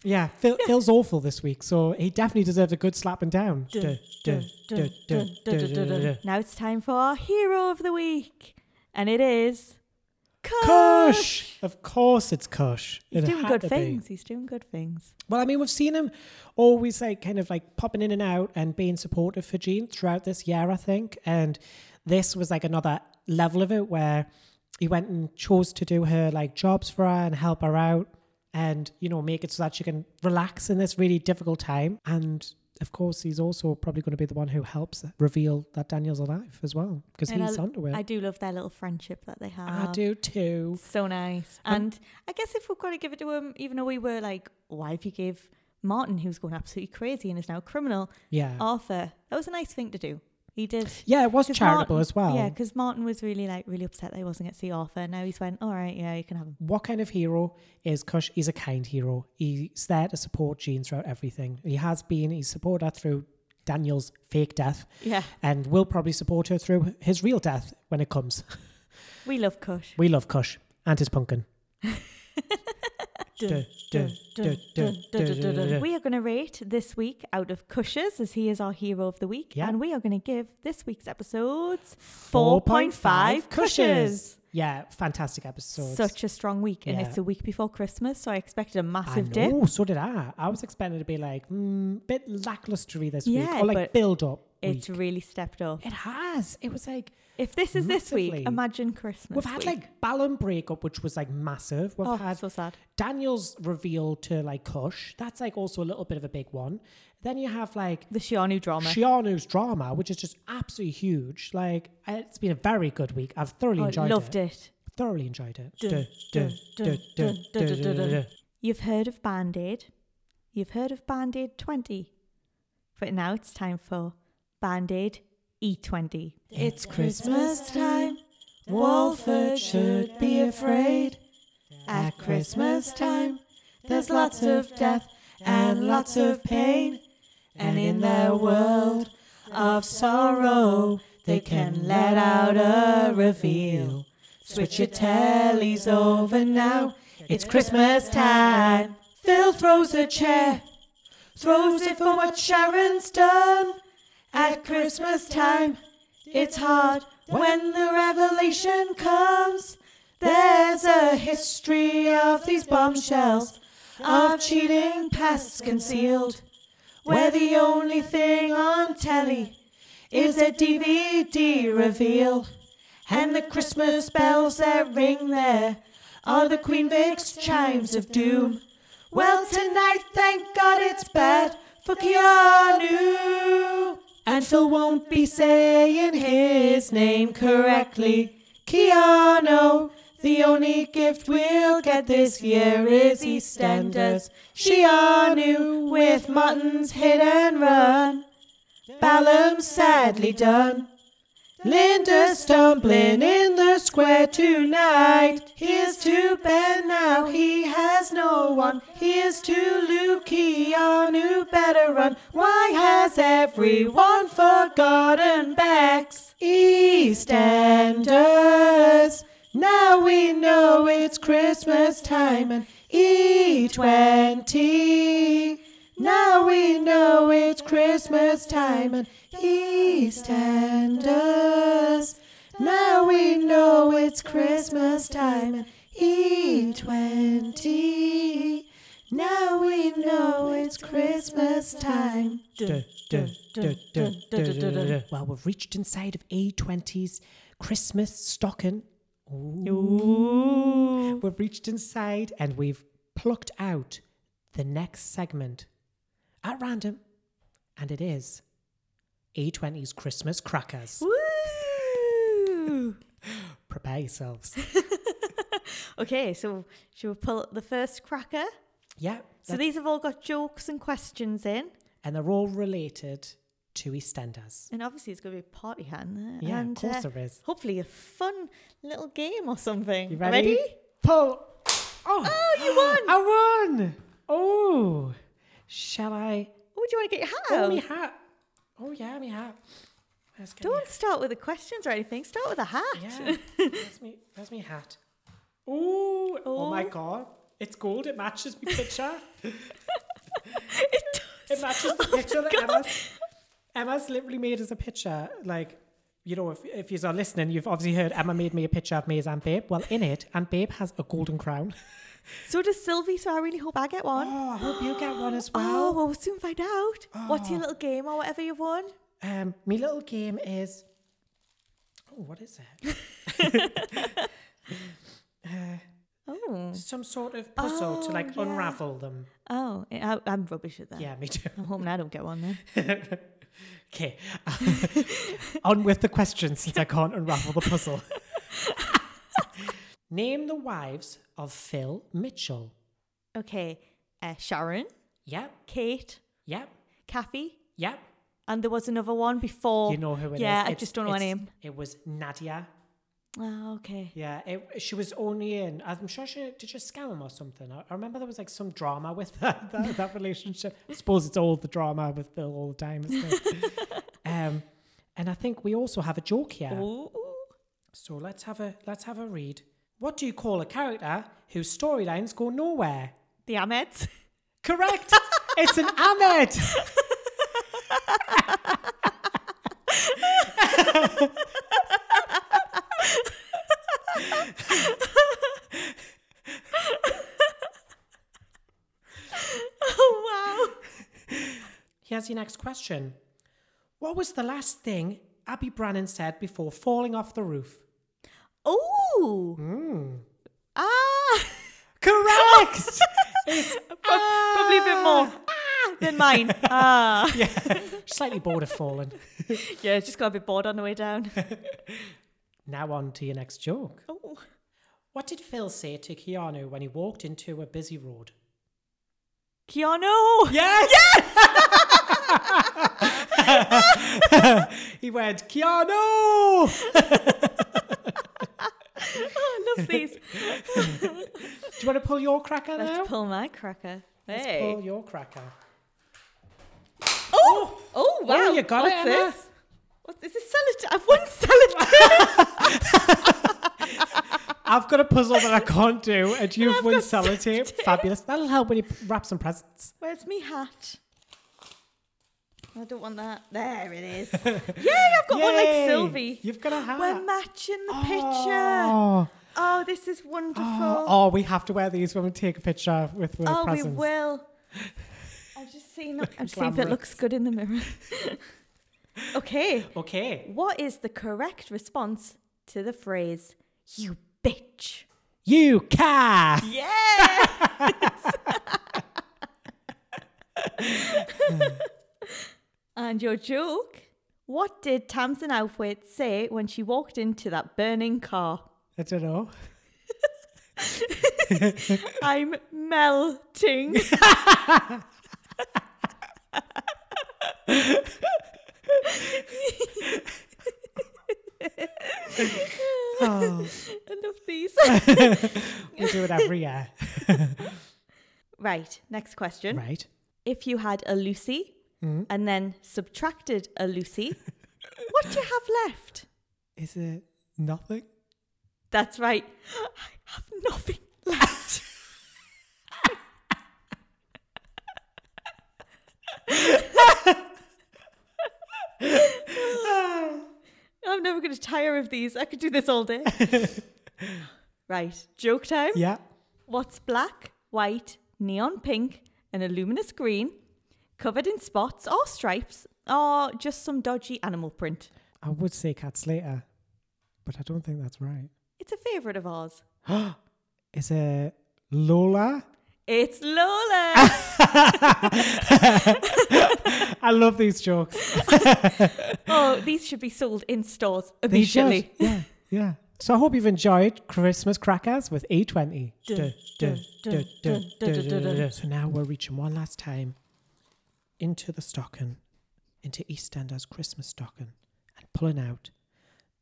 [SPEAKER 2] Yeah, Phil, Phil's awful this week, so he definitely deserves a good slapping down. Duh, duh, duh, duh, duh, duh, duh, duh.
[SPEAKER 1] Now it's time for our hero of the week. And it is Kush.
[SPEAKER 2] Kush! Of course it's Kush.
[SPEAKER 1] He's
[SPEAKER 2] It
[SPEAKER 1] doing
[SPEAKER 2] had
[SPEAKER 1] good
[SPEAKER 2] to be.
[SPEAKER 1] things. He's doing good things.
[SPEAKER 2] Well, I mean, we've seen him always like kind of like popping in and out and being supportive for Gene throughout this year, I think. And this was like another level of it where he went and chose to do her like jobs for her and help her out and, you know, make it so that she can relax in this really difficult time. And of course, he's also probably going to be the one who helps reveal that Daniel's alive as well because
[SPEAKER 1] And
[SPEAKER 2] he's
[SPEAKER 1] I-
[SPEAKER 2] onto it.
[SPEAKER 1] I do love their little friendship that they have.
[SPEAKER 2] I do too.
[SPEAKER 1] So nice.
[SPEAKER 2] Um,
[SPEAKER 1] And I guess if we've got to give it to him, even though we were like, why have you give Martin, who's going absolutely crazy and is now a criminal,
[SPEAKER 2] Yeah.
[SPEAKER 1] Arthur? That was a nice thing to do. He did.
[SPEAKER 2] yeah, it was
[SPEAKER 1] 'Cause
[SPEAKER 2] charitable
[SPEAKER 1] Martin-
[SPEAKER 2] as well.
[SPEAKER 1] Yeah, because Martin was really like really upset that he wasn't going to see Arthur. Now he's went, all right, yeah, you can have him.
[SPEAKER 2] what kind of hero is Kush? He's a kind hero. He's there to support Jean throughout everything. He has been. He's supported her through Daniel's fake death
[SPEAKER 1] Yeah,
[SPEAKER 2] and will probably support her through his real death when it comes.
[SPEAKER 1] we love Kush.
[SPEAKER 2] We love Kush and his pumpkin. Duh, duh, duh, duh, duh, duh, duh, duh.
[SPEAKER 1] We are going to rate this week out of Cush's, as he is our hero of the week,
[SPEAKER 2] Yeah.
[SPEAKER 1] and we are going to give this week's episodes
[SPEAKER 2] 4.5
[SPEAKER 1] 4.5 Cushes.
[SPEAKER 2] Yeah, fantastic episode.
[SPEAKER 1] Such a strong week, and
[SPEAKER 2] Yeah.
[SPEAKER 1] it's a week before Christmas, so I expected a
[SPEAKER 2] I
[SPEAKER 1] massive dip.
[SPEAKER 2] know, so did I. I was expecting it to be like mm, bit lacklustery this
[SPEAKER 1] Yeah,
[SPEAKER 2] week, or
[SPEAKER 1] but
[SPEAKER 2] like build up.
[SPEAKER 1] It's
[SPEAKER 2] week.
[SPEAKER 1] really stepped up.
[SPEAKER 2] it has. It was like
[SPEAKER 1] If this is this week,
[SPEAKER 2] Massively.
[SPEAKER 1] imagine Christmas.
[SPEAKER 2] We've had
[SPEAKER 1] week.
[SPEAKER 2] like Ballon breakup, which was like massive. We've
[SPEAKER 1] oh,
[SPEAKER 2] had
[SPEAKER 1] so sad.
[SPEAKER 2] Daniel's reveal to like Kush. That's like also a little bit of a big one. Then you have like
[SPEAKER 1] The Shianu drama.
[SPEAKER 2] Shianu's drama, which is just absolutely huge. Like I- it's been a very good week. I've thoroughly
[SPEAKER 1] Oh,
[SPEAKER 2] enjoyed
[SPEAKER 1] loved it.
[SPEAKER 2] Thoroughly enjoyed it.
[SPEAKER 3] Dun,
[SPEAKER 2] Duh, duh,
[SPEAKER 3] dun,
[SPEAKER 2] duh,
[SPEAKER 3] dun,
[SPEAKER 2] duh,
[SPEAKER 3] dun,
[SPEAKER 2] duh,
[SPEAKER 3] dun,
[SPEAKER 2] duh,
[SPEAKER 3] dun,
[SPEAKER 2] duh, duh.
[SPEAKER 1] You've heard of Band Aid. You've heard of Band Aid 20. But now it's time for E Band Aid E20.
[SPEAKER 2] It's
[SPEAKER 3] Christmas time. Walford should be afraid. At Christmas time, there's lots of death and lots of pain. And in their world of sorrow, they can let out a reveal. Switch your tellies over now. It's Christmas time. Phil throws a chair, throws it for what Sharon's done. At Christmas time, it's hard when the revelation comes. There's a history of these bombshells, of cheating pasts concealed. Where the only thing on telly is a DVD reveal. And the Christmas bells that ring there are the Queen Vic's chimes of doom. Well, tonight, thank God it's bad for Keanu. And Phil won't be saying his name correctly. Keanu, the only gift we'll get this year is EastEnders. Shianu with Mutton's hit and run. Balaam sadly done. Linda stumbling in the square tonight. Here's to Ben now, he has no one. Here's to Luke Keanu, better run. Why has everyone forgotten Bex? EastEnders. Now we know it's Christmas time and E20. Now we know it's Christmas time and EastEnders. Now we know it's Christmas time and E20. Now we know it's Christmas time.
[SPEAKER 2] Dun, dun, dun, dun, dun, dun, dun, dun. Well, we've reached inside of A20's Christmas stocking. Ooh. We've reached inside and we've plucked out the next segment at random. And it is A20's Christmas crackers.
[SPEAKER 1] Woo!
[SPEAKER 2] Prepare yourselves.
[SPEAKER 1] okay, so should we pull up the first cracker?
[SPEAKER 2] Yeah.
[SPEAKER 1] So these have all got jokes and questions in,
[SPEAKER 2] and they're all related to EastEnders.
[SPEAKER 1] and obviously it's going to be a party hand there.
[SPEAKER 2] Yeah,
[SPEAKER 1] and,
[SPEAKER 2] of course
[SPEAKER 1] uh,
[SPEAKER 2] there is.
[SPEAKER 1] hopefully a fun little game or something.
[SPEAKER 2] You ready? Pull. Oh.
[SPEAKER 1] Oh, you won!
[SPEAKER 2] I won. Oh. Shall I?
[SPEAKER 1] Oh, do you want to get your
[SPEAKER 2] Oh,
[SPEAKER 1] hat
[SPEAKER 2] me
[SPEAKER 1] out?
[SPEAKER 2] hat. Oh yeah, me hat. Let's get me
[SPEAKER 1] Don't start with the questions or anything. Start with a hat.
[SPEAKER 2] <laughs> Yeah, that's me. That's me hat. Ooh, oh my
[SPEAKER 1] Oh.
[SPEAKER 2] god, it's gold. It matches my <laughs> picture.
[SPEAKER 1] it does.
[SPEAKER 2] It Oh matches the picture that Emma's, Emma's literally made as a picture. Like, you know, if if you are listening, you've obviously heard Emma made me a picture of me as Aunt Babe. Well, in it, Aunt Babe has a golden crown.
[SPEAKER 1] So does Sylvie, so I really hope I get one.
[SPEAKER 2] <laughs> Oh, I hope you get one as
[SPEAKER 1] Oh,
[SPEAKER 2] well. Oh.
[SPEAKER 1] well, we'll soon find out. What's your little game or whatever you've won?
[SPEAKER 2] Um, my little game is. Oh, what is it?
[SPEAKER 1] Oh.
[SPEAKER 2] Some sort of puzzle to
[SPEAKER 1] Oh,
[SPEAKER 2] like
[SPEAKER 1] yeah.
[SPEAKER 2] unravel them.
[SPEAKER 1] Oh, I, I'm rubbish at that.
[SPEAKER 2] Yeah, me too.
[SPEAKER 1] I'm hoping I don't get one
[SPEAKER 2] <laughs>
[SPEAKER 1] then.
[SPEAKER 2] Okay. um, On with the question since I can't unravel the puzzle. <laughs> Name the wives of Phil Mitchell.
[SPEAKER 1] Okay. Uh, Sharon,
[SPEAKER 2] Yep,
[SPEAKER 1] Kate,
[SPEAKER 2] yep,
[SPEAKER 1] Kathy,
[SPEAKER 2] yep.
[SPEAKER 1] and there was another one before.
[SPEAKER 2] You know who it is.
[SPEAKER 1] yeah, I
[SPEAKER 2] It's-
[SPEAKER 1] just don't know her
[SPEAKER 2] it's-
[SPEAKER 1] name.
[SPEAKER 2] It was Nadia.
[SPEAKER 1] Oh, okay.
[SPEAKER 2] Yeah, it, she was only in. I'm sure she did she scam him or something. I, I remember there was like some drama with <laughs> that that, that relationship. I suppose it's all the drama with Phil all the time. Isn't it?
[SPEAKER 1] <laughs>
[SPEAKER 2] um, and I think we also have a joke here.
[SPEAKER 1] Ooh.
[SPEAKER 2] So let's have a let's have a read. What do you call a character whose storylines go nowhere?
[SPEAKER 1] The <laughs> Ahmeds. <laughs>
[SPEAKER 2] Correct. it's an Ahmed.
[SPEAKER 1] oh, wow.
[SPEAKER 2] Here's your next question. What was the last thing Abby Brannan said before falling off the roof?
[SPEAKER 1] Oh. Ah. <laughs>
[SPEAKER 2] Correct. it's
[SPEAKER 1] Probably a bit more. Ah, than <laughs> mine. Ah. yeah.
[SPEAKER 2] slightly bored of falling.
[SPEAKER 1] just got a bit bored on the way <laughs> down.
[SPEAKER 2] Now on to your next joke.
[SPEAKER 1] Oh.
[SPEAKER 2] What did Phil say to Keanu when he walked into a busy road?
[SPEAKER 1] Keanu.
[SPEAKER 2] Yes! Yes! <laughs> he went, Keanu!
[SPEAKER 1] Oh, <laughs> I love these.
[SPEAKER 2] Do you want to pull your cracker now?
[SPEAKER 1] Let's pull my cracker.
[SPEAKER 2] Let's
[SPEAKER 1] Hey.
[SPEAKER 2] pull your cracker.
[SPEAKER 1] Oh, oh, wow.
[SPEAKER 2] you got
[SPEAKER 1] What's
[SPEAKER 2] it, Emma.
[SPEAKER 1] this? What, is this salad? I've won
[SPEAKER 2] <laughs>
[SPEAKER 1] salad.
[SPEAKER 2] I've got a puzzle that I can't
[SPEAKER 1] <laughs>
[SPEAKER 2] do, and you've
[SPEAKER 1] I've
[SPEAKER 2] won
[SPEAKER 1] got
[SPEAKER 2] sellotape. Fabulous. That'll help when you wrap some presents.
[SPEAKER 1] Where's me hat? I don't want that. There it
[SPEAKER 2] <laughs>
[SPEAKER 1] is. Yay, I've got one like
[SPEAKER 2] Yay! Ah.
[SPEAKER 1] Sylvie.
[SPEAKER 2] You've got a hat.
[SPEAKER 1] We're matching the picture.
[SPEAKER 2] Oh,
[SPEAKER 1] Oh, this is wonderful.
[SPEAKER 2] oh,
[SPEAKER 1] Oh,
[SPEAKER 2] oh, we have to wear these when we take a picture with, with
[SPEAKER 1] we
[SPEAKER 2] presents. <laughs>
[SPEAKER 1] will. I'm just seeing, I'm just seeing if it
[SPEAKER 2] Glamorous.
[SPEAKER 1] looks good in the mirror. <laughs> okay,
[SPEAKER 2] Okay.
[SPEAKER 1] what is the correct response to the phrase, you bitch?
[SPEAKER 2] You can.
[SPEAKER 1] Yeah. <laughs> and your joke. What did Tamsin Outwit say when she walked into that burning car?
[SPEAKER 2] I
[SPEAKER 1] <laughs>
[SPEAKER 2] don't know.
[SPEAKER 1] I'm melting. <laughs>
[SPEAKER 2] Oh,
[SPEAKER 1] I love these.
[SPEAKER 2] we do it every year.
[SPEAKER 1] <laughs> right, next question.
[SPEAKER 2] Right.
[SPEAKER 1] If you had a Lucy and then subtracted a Lucy, <laughs> what do you have left?
[SPEAKER 2] Is it nothing?
[SPEAKER 1] That's right. I have nothing left. <laughs> I'm never going to tire of these. I could do this all day. right. Joke time.
[SPEAKER 2] Yeah.
[SPEAKER 1] What's black, white, neon pink, and a luminous green, covered in spots or stripes, or just some dodgy animal print.
[SPEAKER 2] I would say Cat Slater, but I don't think that's right.
[SPEAKER 1] It's a favourite of ours.
[SPEAKER 2] Is it Lola? <laughs>
[SPEAKER 1] It's <laughs> Lola!
[SPEAKER 2] I love these jokes.
[SPEAKER 1] oh, these should be sold in stores
[SPEAKER 2] They should.
[SPEAKER 1] immediately.
[SPEAKER 2] Yeah, yeah. So I hope you've enjoyed Christmas Crackers with A20. Duh, duh, duh, duh, duh, duh, duh, duh. So now we're reaching one last time into the stocking, into EastEnders Christmas stocking, and pulling out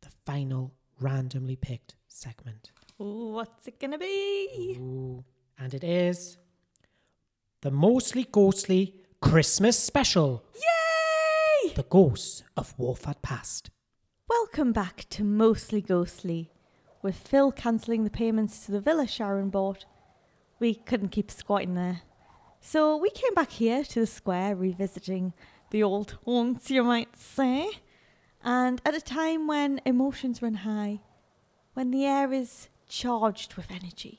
[SPEAKER 2] the final randomly picked segment.
[SPEAKER 1] Ooh, what's it gonna be?
[SPEAKER 2] Ooh. And it is the mostly ghostly Christmas special.
[SPEAKER 1] Yay!
[SPEAKER 2] The ghosts of Warfat Past.
[SPEAKER 1] Welcome back to Mostly Ghostly. With Phil cancelling the payments to the villa Sharon bought, we couldn't keep squatting there. So we came back here to the square, revisiting the old haunts, you might say. And at a time when emotions run high, when the air is charged with energy,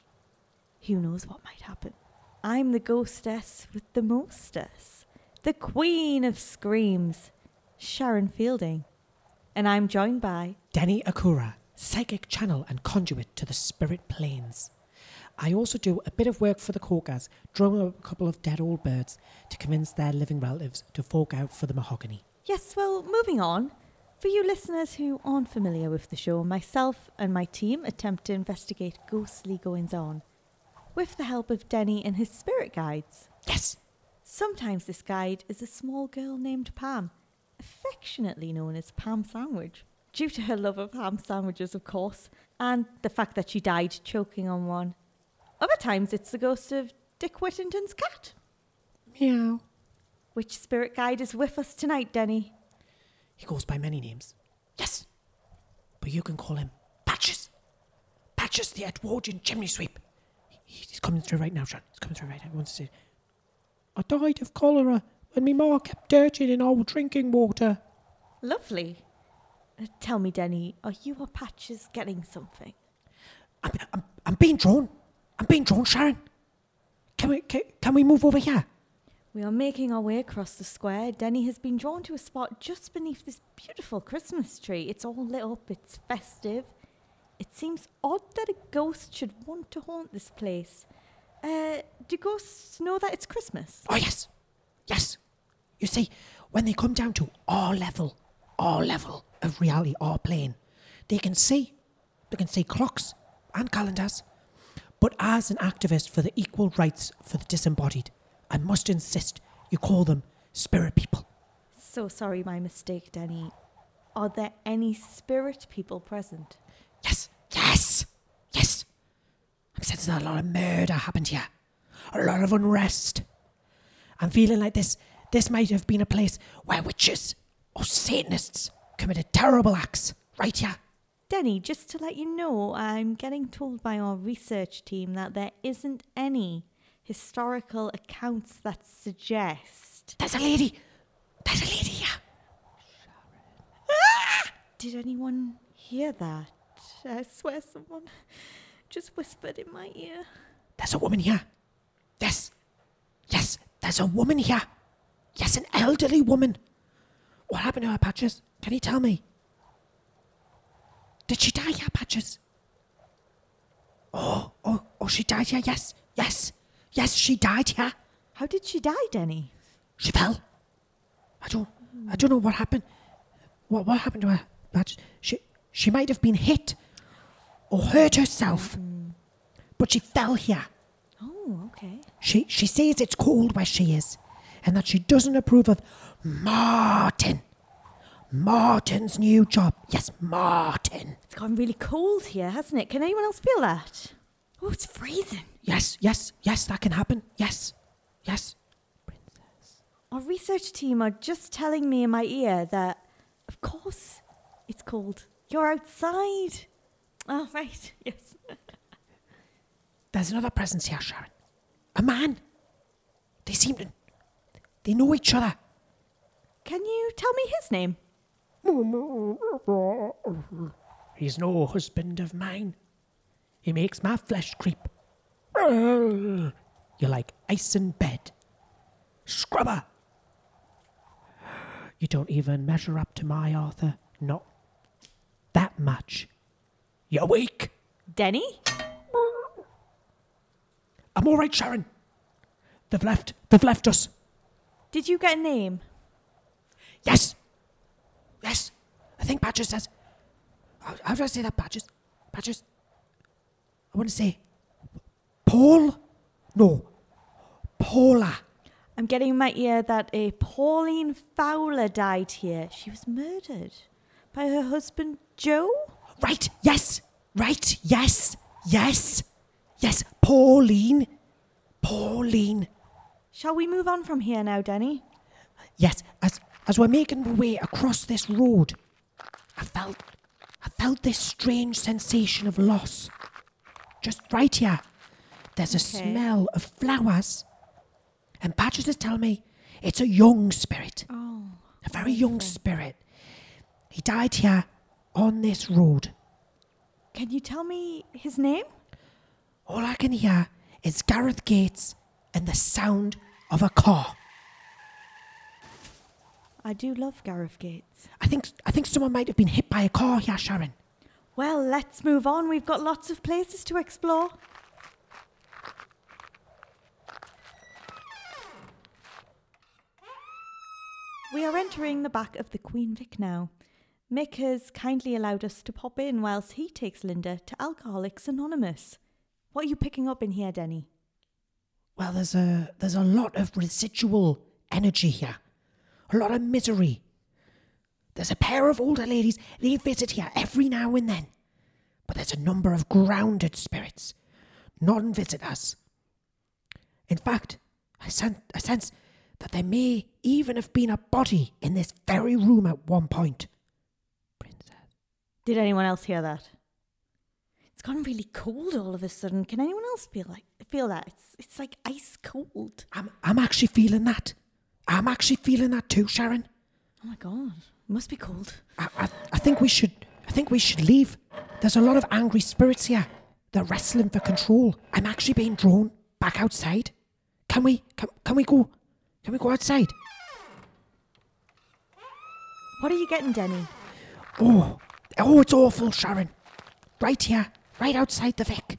[SPEAKER 1] who knows what might happen? I'm the ghostess with the mostess, the queen of screams, Sharon Fielding. And I'm joined by
[SPEAKER 2] Denny Akura, psychic channel and conduit to the spirit planes. I also do a bit of work for the Corkas, drawing up a couple of dead old birds to convince their living relatives to fork out for the mahogany.
[SPEAKER 1] Yes, well, moving on. For you listeners who aren't familiar with the show, myself and my team attempt to investigate ghostly goings on with the help of Denny and his spirit guides.
[SPEAKER 2] Yes!
[SPEAKER 1] Sometimes this guide is a small girl named Pam, affectionately known as Pam Sandwich, due to her love of ham sandwiches, of course, and the fact that she died choking on one. Other times it's the ghost of Dick Whittington's cat.
[SPEAKER 2] Meow.
[SPEAKER 1] Which spirit guide is with us tonight, Denny?
[SPEAKER 2] He goes by many names. Yes! But you can call him Patches. Patches the Edwardian chimney sweep. He- He's coming through right now, John. He's coming through right now. He wants to say, I died of cholera when me ma kept dirtying in our drinking water.
[SPEAKER 1] Lovely. Uh, Tell me, Denny, are you or Patches getting something?
[SPEAKER 2] I'm, I'm, I'm being drawn. I'm being drawn, Sharon. Can we can, can we move over here?
[SPEAKER 1] We are making our way across the square. Denny has been drawn to a spot just beneath this beautiful Christmas tree. It's all lit up, it's festive. It seems odd that a ghost should want to haunt this place. Uh, do ghosts know that it's Christmas?
[SPEAKER 2] Oh yes, yes. You see, when they come down to our level, our level of reality, our plane, they can see, they can see clocks and calendars. But as an activist for the equal rights for the disembodied, I must insist you call them spirit people.
[SPEAKER 1] So sorry, my mistake, Denny. Are there any spirit people present?
[SPEAKER 2] Yes, yes, yes. I'm sensing a lot of murder happened here, a lot of unrest. I'm feeling like this. This might have been a place where witches or Satanists committed terrible acts. Right here.
[SPEAKER 1] Denny, just to let you know, I'm getting told by our research team that there isn't any historical accounts that suggest.
[SPEAKER 2] There's a lady. There's a lady here.
[SPEAKER 1] Did anyone hear that? I swear someone <laughs> just whispered in my ear.
[SPEAKER 2] There's a woman here. Yes. Yes, there's a woman here. Yes, an elderly woman. What happened to her, Patches? Can you tell me? Did she die here, Patches? Oh, oh, oh, she died here, yes. Yes. Yes, she died here.
[SPEAKER 1] How did she die, Denny?
[SPEAKER 2] She fell. I don't I don't know what happened. What what happened to her? But she she might have been hit or hurt herself. But she fell here.
[SPEAKER 1] Oh, okay.
[SPEAKER 2] She she says it's cold where she is, and that she doesn't approve of Martin. Martin's new job. Yes, Martin.
[SPEAKER 1] It's gone really cold here, hasn't it? Can anyone else feel that? Oh, it's freezing.
[SPEAKER 2] Yes, yes, yes, that can happen. Yes, yes.
[SPEAKER 1] Our research team are just telling me in my ear that, of course, it's cold. You're outside. Oh, right. <laughs> Yes.
[SPEAKER 2] There's another presence here, Sharon. A man. They seem to. They know each other.
[SPEAKER 1] Can you tell me his name?
[SPEAKER 2] He's no husband of mine. He makes my flesh creep. He You're like ice in bed. Scrubber. You don't even measure up to my Arthur. Not that much. You're weak.
[SPEAKER 1] Denny?
[SPEAKER 2] I'm all right, Sharon. They've left. They've left us.
[SPEAKER 1] Did you get a name?
[SPEAKER 2] Yes. Yes. I think Badger says. How, how do I say that, Badgers? Badgers? I want to say. Paul? No. Paula.
[SPEAKER 1] I'm getting in my ear that a Pauline Fowler died here. She was murdered by her husband Joe?
[SPEAKER 2] Right. Yes. Right. Yes. Yes. Yes. Pauline. Pauline.
[SPEAKER 1] Shall we move on from here now, Denny?
[SPEAKER 2] Yes, as as we're making our way across this road, I felt I felt this strange sensation of loss. Just right here, there's a
[SPEAKER 1] Okay.
[SPEAKER 2] smell of flowers, and Badgers is telling me it's a young spirit,
[SPEAKER 1] Oh.
[SPEAKER 2] a very young spirit. He died here on this road.
[SPEAKER 1] Can you tell me his name?
[SPEAKER 2] All I can hear is Gareth Gates and the sound of a car.
[SPEAKER 1] I do love Gareth Gates.
[SPEAKER 2] I think I think someone might have been hit by a car here, Sharon.
[SPEAKER 1] Well, let's move on. We've got lots of places to explore. We are entering the back of the Queen Vic now. Mick has kindly allowed us to pop in whilst he takes Linda to Alcoholics Anonymous. What are you picking up in here, Denny?
[SPEAKER 2] Well, there's a there's a lot of residual energy here, a lot of misery. There's a pair of older ladies they visit here every now and then, but there's a number of grounded spirits, non-visitors. In fact, I sense I sense that there may even have been a body in this very room at one point. Princess,
[SPEAKER 1] Did anyone else hear that? It's gone really cold all of a sudden. Can anyone else feel like feel that? It's it's like ice cold.
[SPEAKER 2] I'm I'm actually feeling that. I'm actually feeling that too, Sharon.
[SPEAKER 1] Oh my god. Must be cold.
[SPEAKER 2] I, I, I think we should. I think we should leave. There's a lot of angry spirits here. They're wrestling for control. I'm actually being drawn back outside. Can we? Can, can we go? Can we go outside?
[SPEAKER 1] What are you getting, Denny?
[SPEAKER 2] Oh, oh, it's awful, Sharon. Right here, right outside the Vic.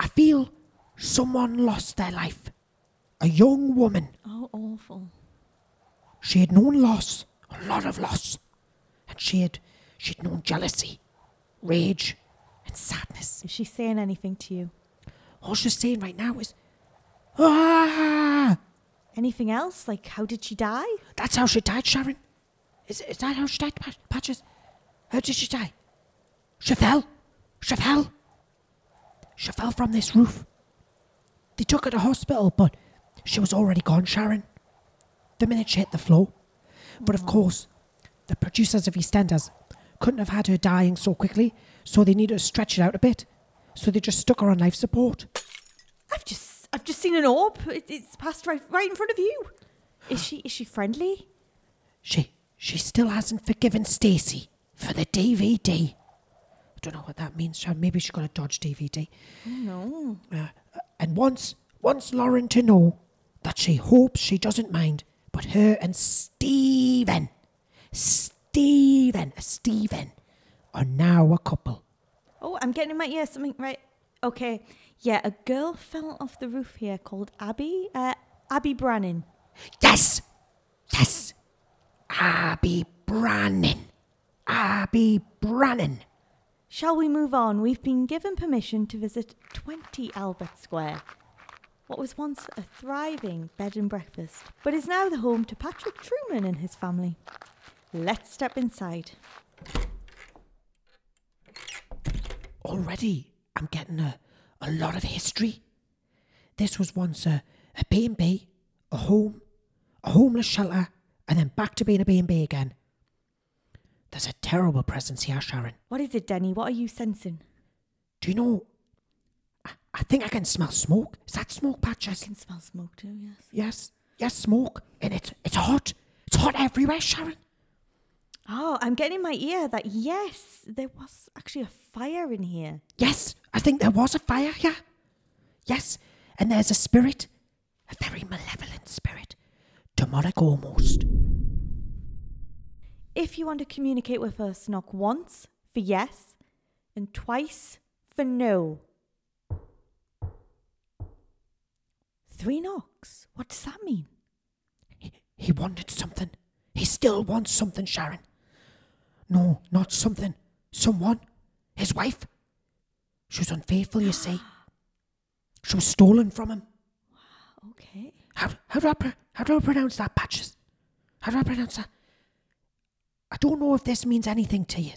[SPEAKER 2] I feel someone lost their life. A young woman.
[SPEAKER 1] Oh, awful.
[SPEAKER 2] She had known loss, a lot of loss, and she had she'd known jealousy, rage, and sadness.
[SPEAKER 1] Is she saying anything to you?
[SPEAKER 2] All she's saying right now is, ah!
[SPEAKER 1] Anything else? Like, how did she die?
[SPEAKER 2] That's how she died, Sharon. Is, is that how she died, Pat- Patches? How did she die? She fell. She fell. She fell from this roof. They took her to hospital, but she was already gone, Sharon. The minute she hit the floor. But of course, the producers of EastEnders couldn't have had her dying so quickly, so they needed to stretch it out a bit. So they just stuck her on life support.
[SPEAKER 1] I've just I've just seen an orb. It, it's passed right right in front of you. Is she is she friendly?
[SPEAKER 2] She she still hasn't forgiven Stacy for the DVD. I don't know what that means, Sharon. Maybe she got a dodge DVD.
[SPEAKER 1] No.
[SPEAKER 2] Uh, and wants wants Lauren to know that she hopes she doesn't mind, but her and Stephen, Stephen, Stephen, are now a couple.
[SPEAKER 1] Oh, I'm getting in my ear something right. Okay. Yeah, a girl fell off the roof here called Abby. Uh, Abby Brannan.
[SPEAKER 2] Yes, yes. Abby Brannan, Abby Brannan.
[SPEAKER 1] Shall we move on? We've been given permission to visit 20 Albert Square, what was once a thriving bed and breakfast, but is now the home to Patrick Truman and his family. Let's step inside.
[SPEAKER 2] already I'm getting a, a lot of history. This was once a, a B&B, a home, a homeless shelter, and then back to being a B&B again. There's a terrible presence here, Sharon.
[SPEAKER 1] What is it, Denny? What are you sensing?
[SPEAKER 2] Do you know? I, I think I can smell smoke. Is that smoke,
[SPEAKER 1] I
[SPEAKER 2] Patches?
[SPEAKER 1] can smell smoke too, yes.
[SPEAKER 2] Yes, yes, smoke. And it's, it's hot. It's hot everywhere, Sharon.
[SPEAKER 1] Oh, I'm getting in my ear that yes, there was actually a fire in here.
[SPEAKER 2] Yes, I think there was a fire, yeah. Yes, And there's a spirit, a very malevolent spirit, demonic almost.
[SPEAKER 1] If you want to communicate with us, knock once for yes and twice for no. Three knocks? What does that mean?
[SPEAKER 2] He, he wanted something. He still wants something, Sharon. No, not something. Someone. His wife. She was unfaithful, you see. She was stolen from him.
[SPEAKER 1] Okay.
[SPEAKER 2] How, how, do I pro- how do I pronounce that, Patches? How do I pronounce that? I don't know if this means anything to you.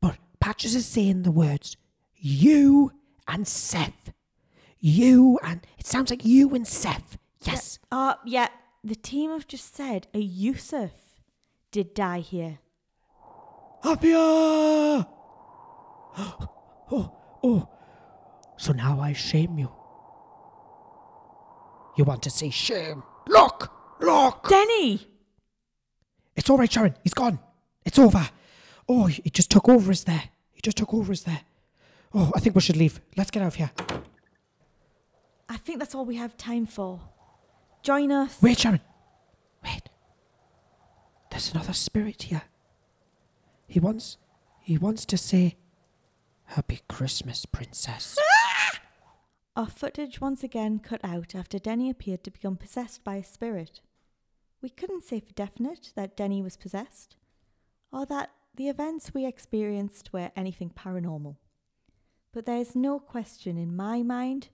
[SPEAKER 2] But Patches is saying the words, you and Seth. You and. It sounds like you and Seth. Yes.
[SPEAKER 1] Uh, yeah, the team have just said a Yusuf did die here.
[SPEAKER 2] Happier! Oh, <gasps> oh. So now I shame you. You want to see shame? Look! Look!
[SPEAKER 1] Denny!
[SPEAKER 2] It's all right, Sharon. He's gone. It's over. Oh, he just took over us there. He just took over us there. Oh, I think we should leave. Let's get out of here.
[SPEAKER 1] I think that's all we have time for. Join us.
[SPEAKER 2] Wait, Sharon. Wait. There's another spirit here. He wants. He wants to say, "Happy Christmas, <laughs> Princess."
[SPEAKER 1] Our footage once again cut out after Denny appeared to become possessed by a spirit. We couldn't say for definite that Denny was possessed, or that the events we experienced were anything paranormal. But there's no question in my mind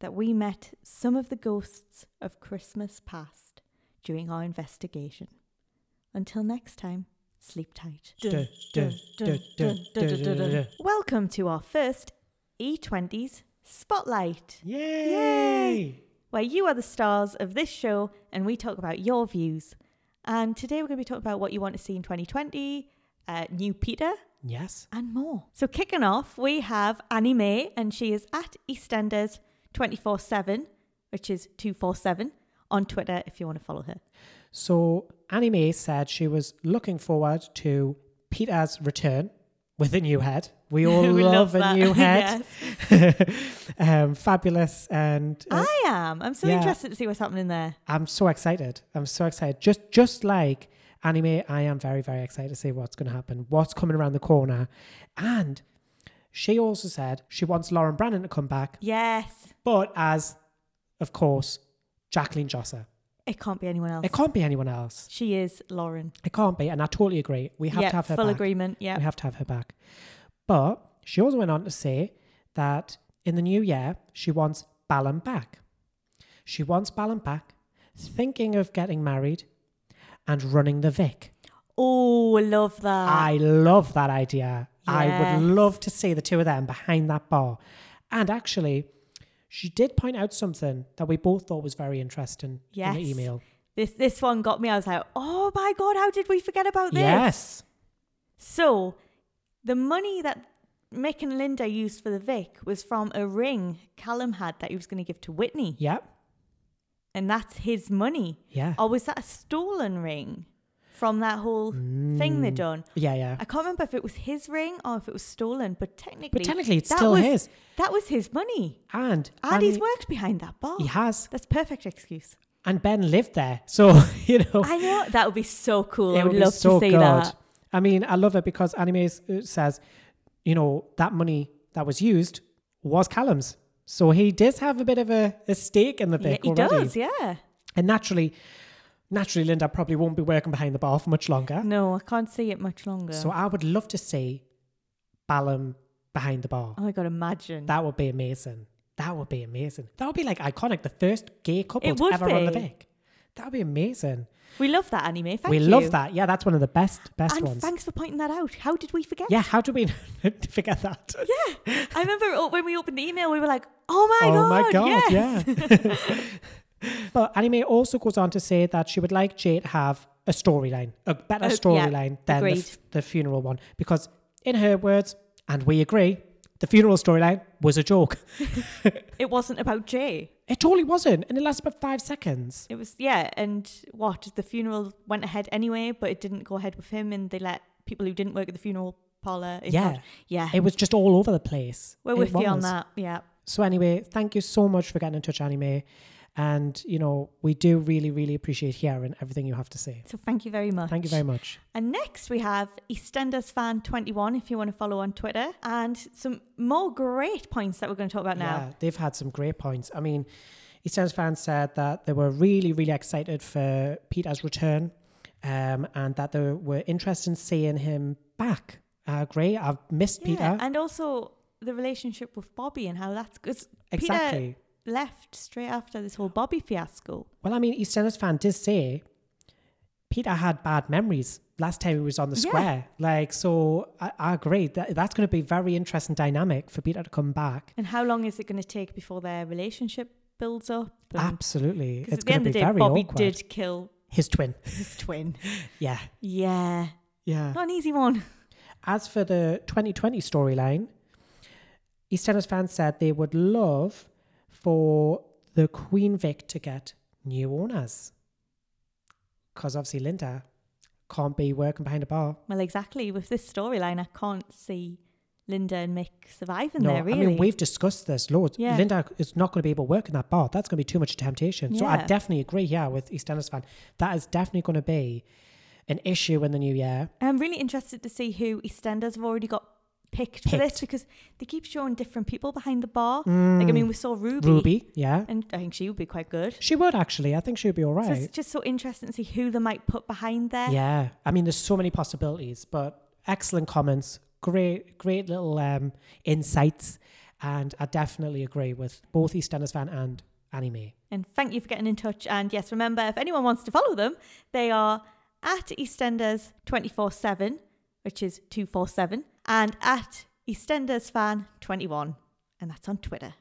[SPEAKER 1] that we met some of the ghosts of Christmas past during our investigation. Until next time, sleep tight. Welcome to our first E20s E Spotlight,
[SPEAKER 2] Yay!
[SPEAKER 1] where you are the stars of this show and we talk about your views. And today we're going to be talking about what you want to see in 2020, uh, new Peter,
[SPEAKER 2] Yes.
[SPEAKER 1] and more. So, kicking off, we have Annie Mae, and she is at EastEnders 24 7, which is 247 on Twitter if you want to follow her.
[SPEAKER 2] So Annie Mae said she was looking forward to Peter's return with a new head. <laughs> We
[SPEAKER 1] <laughs>
[SPEAKER 2] all
[SPEAKER 1] We love
[SPEAKER 2] love, a
[SPEAKER 1] that,
[SPEAKER 2] <laughs> new head. <laughs> um, fabulous, and uh,
[SPEAKER 1] I am. I'm so
[SPEAKER 2] yeah.
[SPEAKER 1] interested to see what's happening there.
[SPEAKER 2] I'm so excited. I'm so excited. Just just like Annie Mae, I am very very excited to see what's going to happen, what's coming around the corner, and. She also said she wants Lauren Brannon to come back,
[SPEAKER 1] Yes.
[SPEAKER 2] but as, of course, Jacqueline Josser.
[SPEAKER 1] It can't be anyone else.
[SPEAKER 2] It can't be anyone else.
[SPEAKER 1] She is Lauren.
[SPEAKER 2] It can't be, and I totally agree. We have
[SPEAKER 1] yeah,
[SPEAKER 2] to have her
[SPEAKER 1] full
[SPEAKER 2] back.
[SPEAKER 1] agreement.
[SPEAKER 2] We
[SPEAKER 1] Yeah.
[SPEAKER 2] have to have her back. But she also went on to say that in the new year, she wants Balan back. She wants Balan back, thinking of getting married and running the Vic.
[SPEAKER 1] Oh, I love that.
[SPEAKER 2] I love that idea. I
[SPEAKER 1] Yes.
[SPEAKER 2] would love to see the two of them behind that bar. And actually, she did point out something that we both thought was very interesting
[SPEAKER 1] Yes.
[SPEAKER 2] in the email.
[SPEAKER 1] this this one got me. I was like, oh my god, how did we forget about this?
[SPEAKER 2] Yes.
[SPEAKER 1] So, the money that Mick and Linda used for the Vic was from a ring Callum had that he was going to give to Whitney,
[SPEAKER 2] Yep.
[SPEAKER 1] and that's his money.
[SPEAKER 2] Yeah.
[SPEAKER 1] Or was that a stolen ring from that whole thing
[SPEAKER 2] Mm.
[SPEAKER 1] they done?
[SPEAKER 2] Yeah, yeah.
[SPEAKER 1] I can't remember if it was his ring or if it was stolen, but technically,
[SPEAKER 2] But technically, it's
[SPEAKER 1] that
[SPEAKER 2] still
[SPEAKER 1] was-
[SPEAKER 2] his.
[SPEAKER 1] That was his money,
[SPEAKER 2] And
[SPEAKER 1] and
[SPEAKER 2] Annie-
[SPEAKER 1] he's worked behind that bar.
[SPEAKER 2] He has.
[SPEAKER 1] That's perfect excuse.
[SPEAKER 2] and Ben lived there. So, <laughs> you know,
[SPEAKER 1] I know that would be so cool. I
[SPEAKER 2] it
[SPEAKER 1] would,
[SPEAKER 2] would be
[SPEAKER 1] love
[SPEAKER 2] so
[SPEAKER 1] to see
[SPEAKER 2] good.
[SPEAKER 1] that.
[SPEAKER 2] I mean, I love it because anime s- uh, says, you know, that money that was used was Callum's. So he does have a bit of a, a stake in the
[SPEAKER 1] Yeah,
[SPEAKER 2] Vic
[SPEAKER 1] he
[SPEAKER 2] already.
[SPEAKER 1] does, yeah.
[SPEAKER 2] And naturally, naturally, Linda probably won't be working behind the bar for much longer.
[SPEAKER 1] No, I can't see it much longer.
[SPEAKER 2] So I would love to see Balam behind the bar.
[SPEAKER 1] oh my god, imagine.
[SPEAKER 2] That would be amazing. That would be amazing. That would be like iconic, the first gay couple
[SPEAKER 1] It
[SPEAKER 2] to
[SPEAKER 1] would
[SPEAKER 2] ever run the
[SPEAKER 1] be.
[SPEAKER 2] Vic. That would be amazing.
[SPEAKER 1] we love that anime. Thank
[SPEAKER 2] we
[SPEAKER 1] you.
[SPEAKER 2] love that. Yeah, that's one of the best best
[SPEAKER 1] And
[SPEAKER 2] ones.
[SPEAKER 1] thanks for pointing that out. How did we forget?
[SPEAKER 2] yeah, how do we <laughs> forget that?
[SPEAKER 1] I remember o- when we opened the email, we were like, "Oh my god!"
[SPEAKER 2] oh my god,
[SPEAKER 1] yes.
[SPEAKER 2] yeah.
[SPEAKER 1] <laughs>
[SPEAKER 2] <laughs> but anime also goes on to say that she would like Jay to have a storyline, a better
[SPEAKER 1] Oh, yeah,
[SPEAKER 2] storyline than the,
[SPEAKER 1] agreed.
[SPEAKER 2] f- the funeral one, because in her words, and we agree, the funeral storyline was a joke.
[SPEAKER 1] It wasn't about Jay.
[SPEAKER 2] It totally wasn't, and it lasted about five seconds.
[SPEAKER 1] It was yeah. And what the funeral went ahead anyway, but it didn't go ahead with him, and they let people who didn't work at the funeral parlor. in
[SPEAKER 2] Yeah.
[SPEAKER 1] charge. yeah.
[SPEAKER 2] It was just all over the place.
[SPEAKER 1] we're
[SPEAKER 2] It
[SPEAKER 1] with you on
[SPEAKER 2] was.
[SPEAKER 1] that. Yeah.
[SPEAKER 2] So anyway, thank you so much for getting in touch, Anime. And, you know, we do really, really appreciate hearing everything you have to say.
[SPEAKER 1] So thank you very much.
[SPEAKER 2] Thank you very much.
[SPEAKER 1] And next we have EastEnders fan 21 if you want to follow on Twitter and some more great points that we're going to talk about now.
[SPEAKER 2] Yeah, they've had some great points. I mean, EastEnders fans said that they were really, really excited for Peter's return um, and that they were interested in seeing him back. I agree. I've missed
[SPEAKER 1] Yeah,
[SPEAKER 2] Peter.
[SPEAKER 1] And also the relationship with Bobby and how that's because
[SPEAKER 2] exactly.
[SPEAKER 1] Peter left straight after this whole Bobby fiasco.
[SPEAKER 2] Well, I mean, EastEnders fan did say Peter had bad memories last time he was on the
[SPEAKER 1] Yeah.
[SPEAKER 2] square. Like, so I, I agree. That, that's going to be very interesting dynamic for Peter to come back.
[SPEAKER 1] And how long is it going to take before their relationship builds up? And-
[SPEAKER 2] Absolutely.
[SPEAKER 1] 'cause
[SPEAKER 2] It's
[SPEAKER 1] at the
[SPEAKER 2] going
[SPEAKER 1] end
[SPEAKER 2] to
[SPEAKER 1] of the
[SPEAKER 2] be
[SPEAKER 1] day,
[SPEAKER 2] very
[SPEAKER 1] Bobby
[SPEAKER 2] awkward.
[SPEAKER 1] did kill
[SPEAKER 2] His twin.
[SPEAKER 1] his
[SPEAKER 2] <laughs>
[SPEAKER 1] twin.
[SPEAKER 2] Yeah.
[SPEAKER 1] yeah.
[SPEAKER 2] Yeah.
[SPEAKER 1] Not an easy one.
[SPEAKER 2] As for the 2020 storyline, EastEnders fans said they would love for the Queen Vic to get new owners. Because obviously Linda can't be working behind a bar.
[SPEAKER 1] Well, exactly. With this storyline, I can't see Linda and Mick surviving there,
[SPEAKER 2] I
[SPEAKER 1] really.
[SPEAKER 2] mean, we've discussed this loads.
[SPEAKER 1] Yeah.
[SPEAKER 2] Linda is not going to be able to work in that bar. That's going to be too much temptation. So I
[SPEAKER 1] Yeah.
[SPEAKER 2] definitely agree, yeah, with EastEnders fan. That is definitely going to be an issue in the new year.
[SPEAKER 1] I'm really interested to see who EastEnders have already got picked, for this
[SPEAKER 2] Picked. Mm.
[SPEAKER 1] because they keep showing different people behind the bar. Like, I mean, we saw Ruby.
[SPEAKER 2] Ruby, yeah.
[SPEAKER 1] And I think she would be quite good.
[SPEAKER 2] She would actually. I think she would be all
[SPEAKER 1] So
[SPEAKER 2] right.
[SPEAKER 1] it's just so interesting to see who they might put behind there.
[SPEAKER 2] Yeah, I mean, there's so many possibilities, but excellent comments, great, great little um, insights, and I definitely agree with both EastEnders fan and anime.
[SPEAKER 1] And thank you for getting in touch. And yes, remember, if anyone wants to follow them, they are at EastEnders 24 7, which is 247, and at EastEnders fan 21. And that's on Twitter.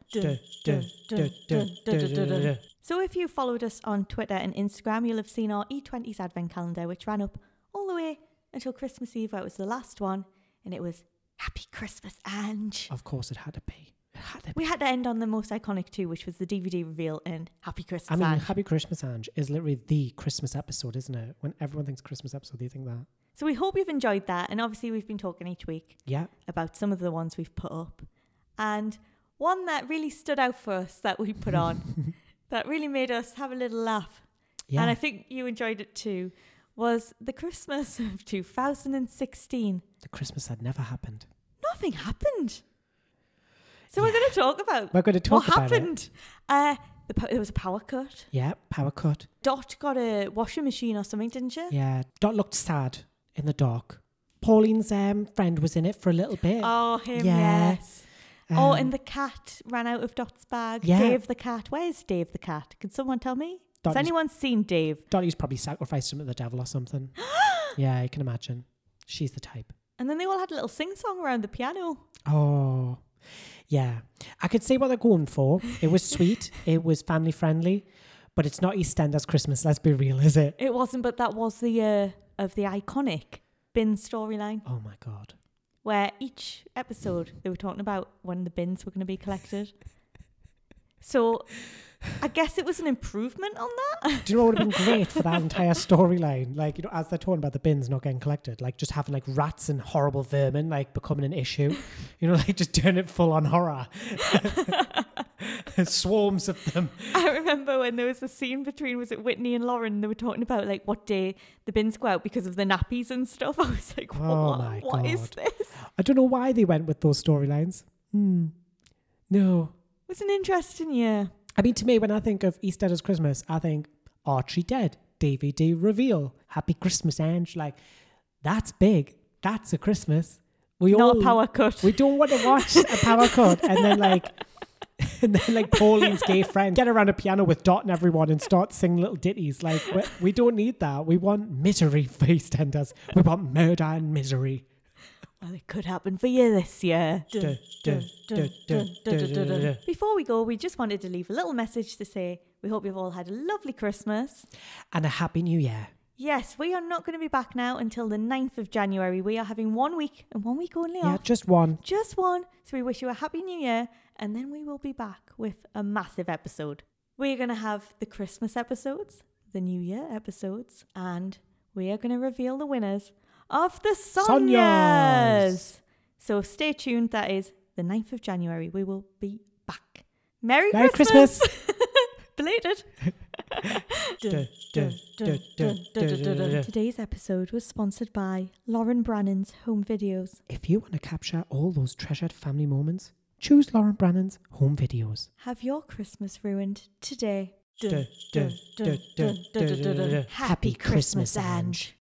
[SPEAKER 1] So if you followed us on Twitter and Instagram, you'll have seen our E20's advent calendar, which ran up all the way until Christmas Eve, where it was the last one. And it was Happy Christmas, Ange.
[SPEAKER 2] Of course, it had to be. It had to be.
[SPEAKER 1] We had to end on the most iconic two, which was the DVD reveal and Happy Christmas,
[SPEAKER 2] I mean,
[SPEAKER 1] Ange.
[SPEAKER 2] Happy Christmas, Ange is literally the Christmas episode, isn't it? When everyone thinks Christmas episode, they think that.
[SPEAKER 1] So we hope you've enjoyed that. And obviously, we've been talking each week
[SPEAKER 2] Yeah.
[SPEAKER 1] about some of the ones we've put up. And one that really stood out for us that we put
[SPEAKER 2] <laughs>
[SPEAKER 1] on that really made us have a little laugh.
[SPEAKER 2] Yeah.
[SPEAKER 1] And I think you enjoyed it too. Was the Christmas of 2016.
[SPEAKER 2] the Christmas had never happened.
[SPEAKER 1] Nothing happened. So we're going to talk about
[SPEAKER 2] We're going to talk
[SPEAKER 1] Uh, what
[SPEAKER 2] about it.
[SPEAKER 1] happened. Uh, the, po- there was a power cut.
[SPEAKER 2] Yeah, power cut.
[SPEAKER 1] Dot got a washing machine or something, didn't you?
[SPEAKER 2] Yeah, Dot looked sad in the dark. Pauline's um, friend was in it for a little bit.
[SPEAKER 1] Oh, him,
[SPEAKER 2] Yeah.
[SPEAKER 1] yes. oh,
[SPEAKER 2] Um,
[SPEAKER 1] and the cat ran out of Dot's bag.
[SPEAKER 2] Yeah.
[SPEAKER 1] Dave the cat. Where's Dave the cat? Can someone tell me?
[SPEAKER 2] Dot
[SPEAKER 1] Has
[SPEAKER 2] is-
[SPEAKER 1] anyone seen Dave?
[SPEAKER 2] Dolly's probably sacrificed him to the devil
[SPEAKER 1] <gasps>
[SPEAKER 2] or something. yeah, I can imagine. She's the type.
[SPEAKER 1] And then they all had a little sing song around the piano.
[SPEAKER 2] Oh, yeah. I could see what they're going for. It was
[SPEAKER 1] <laughs>
[SPEAKER 2] sweet. it was family friendly, but it's not EastEnders Christmas. Let's be real, is it?
[SPEAKER 1] It wasn't, but that was the year of the iconic bin storyline
[SPEAKER 2] Oh my god.
[SPEAKER 1] where each episode they were talking about when the bins were going to be collected. So I guess it was an improvement on that.
[SPEAKER 2] Do you know what would have been great for that entire storyline? Like, you know, as they're talking about the bins not getting collected, like just having like rats and horrible vermin like becoming an issue. You know, like just turn it full on horror. Swarms of them.
[SPEAKER 1] <laughs> I remember when there was a scene between was it Whitney and Lauren? They were talking about like what day the bins go out because of the nappies and stuff. <laughs> I was like, what,
[SPEAKER 2] Oh my
[SPEAKER 1] what is
[SPEAKER 2] God.
[SPEAKER 1] this?
[SPEAKER 2] I don't know why they went with those storylines. Hmm. No.
[SPEAKER 1] It was an interesting year.
[SPEAKER 2] I mean, to me, when I think of EastEnders Christmas, I think Archie dead, DVD reveal, Happy Christmas, Ange. Like, that's big. That's a Christmas. We
[SPEAKER 1] Not
[SPEAKER 2] all
[SPEAKER 1] a power cut.
[SPEAKER 2] we don't want to watch a power cut and then like <laughs> and then like Pauline's gay friend get around a piano with Dot and everyone and start singing little ditties. Like, we, we don't need that. We want misery for EastEnders. We want murder and misery.
[SPEAKER 1] well, it could happen for you this year.
[SPEAKER 2] Duh, duh, duh, duh, duh, duh, duh, duh.
[SPEAKER 1] Before we go, we just wanted to leave a little message to say we hope you've all had a lovely Christmas.
[SPEAKER 2] And a happy new year.
[SPEAKER 1] Yes, we are not going to be back now until the 9th of January. We are having one week and one week only
[SPEAKER 2] Yeah,
[SPEAKER 1] off.
[SPEAKER 2] just one.
[SPEAKER 1] Just one. So we wish you a happy new year and then we will be back with a massive episode. We're going to have the Christmas episodes, the New Year episodes, and we are going to reveal the winners of the Sonyas.
[SPEAKER 2] Sonyas.
[SPEAKER 1] So stay tuned. That is the 9th of January. We will be back. Merry,
[SPEAKER 2] Merry Christmas.
[SPEAKER 1] <laughs>
[SPEAKER 2] <laughs>
[SPEAKER 1] Belated.
[SPEAKER 2] Dun, dun, dun, dun, dun, dun, dun, dun.
[SPEAKER 1] Today's episode was sponsored by Lauren Brannan's Home Videos.
[SPEAKER 2] If you want to capture all those treasured family moments, choose Lauren Brannan's home videos.
[SPEAKER 1] Have your Christmas ruined today.
[SPEAKER 2] Dun, dun, dun, dun, dun, dun, dun, dun. Happy Christmas, Ange.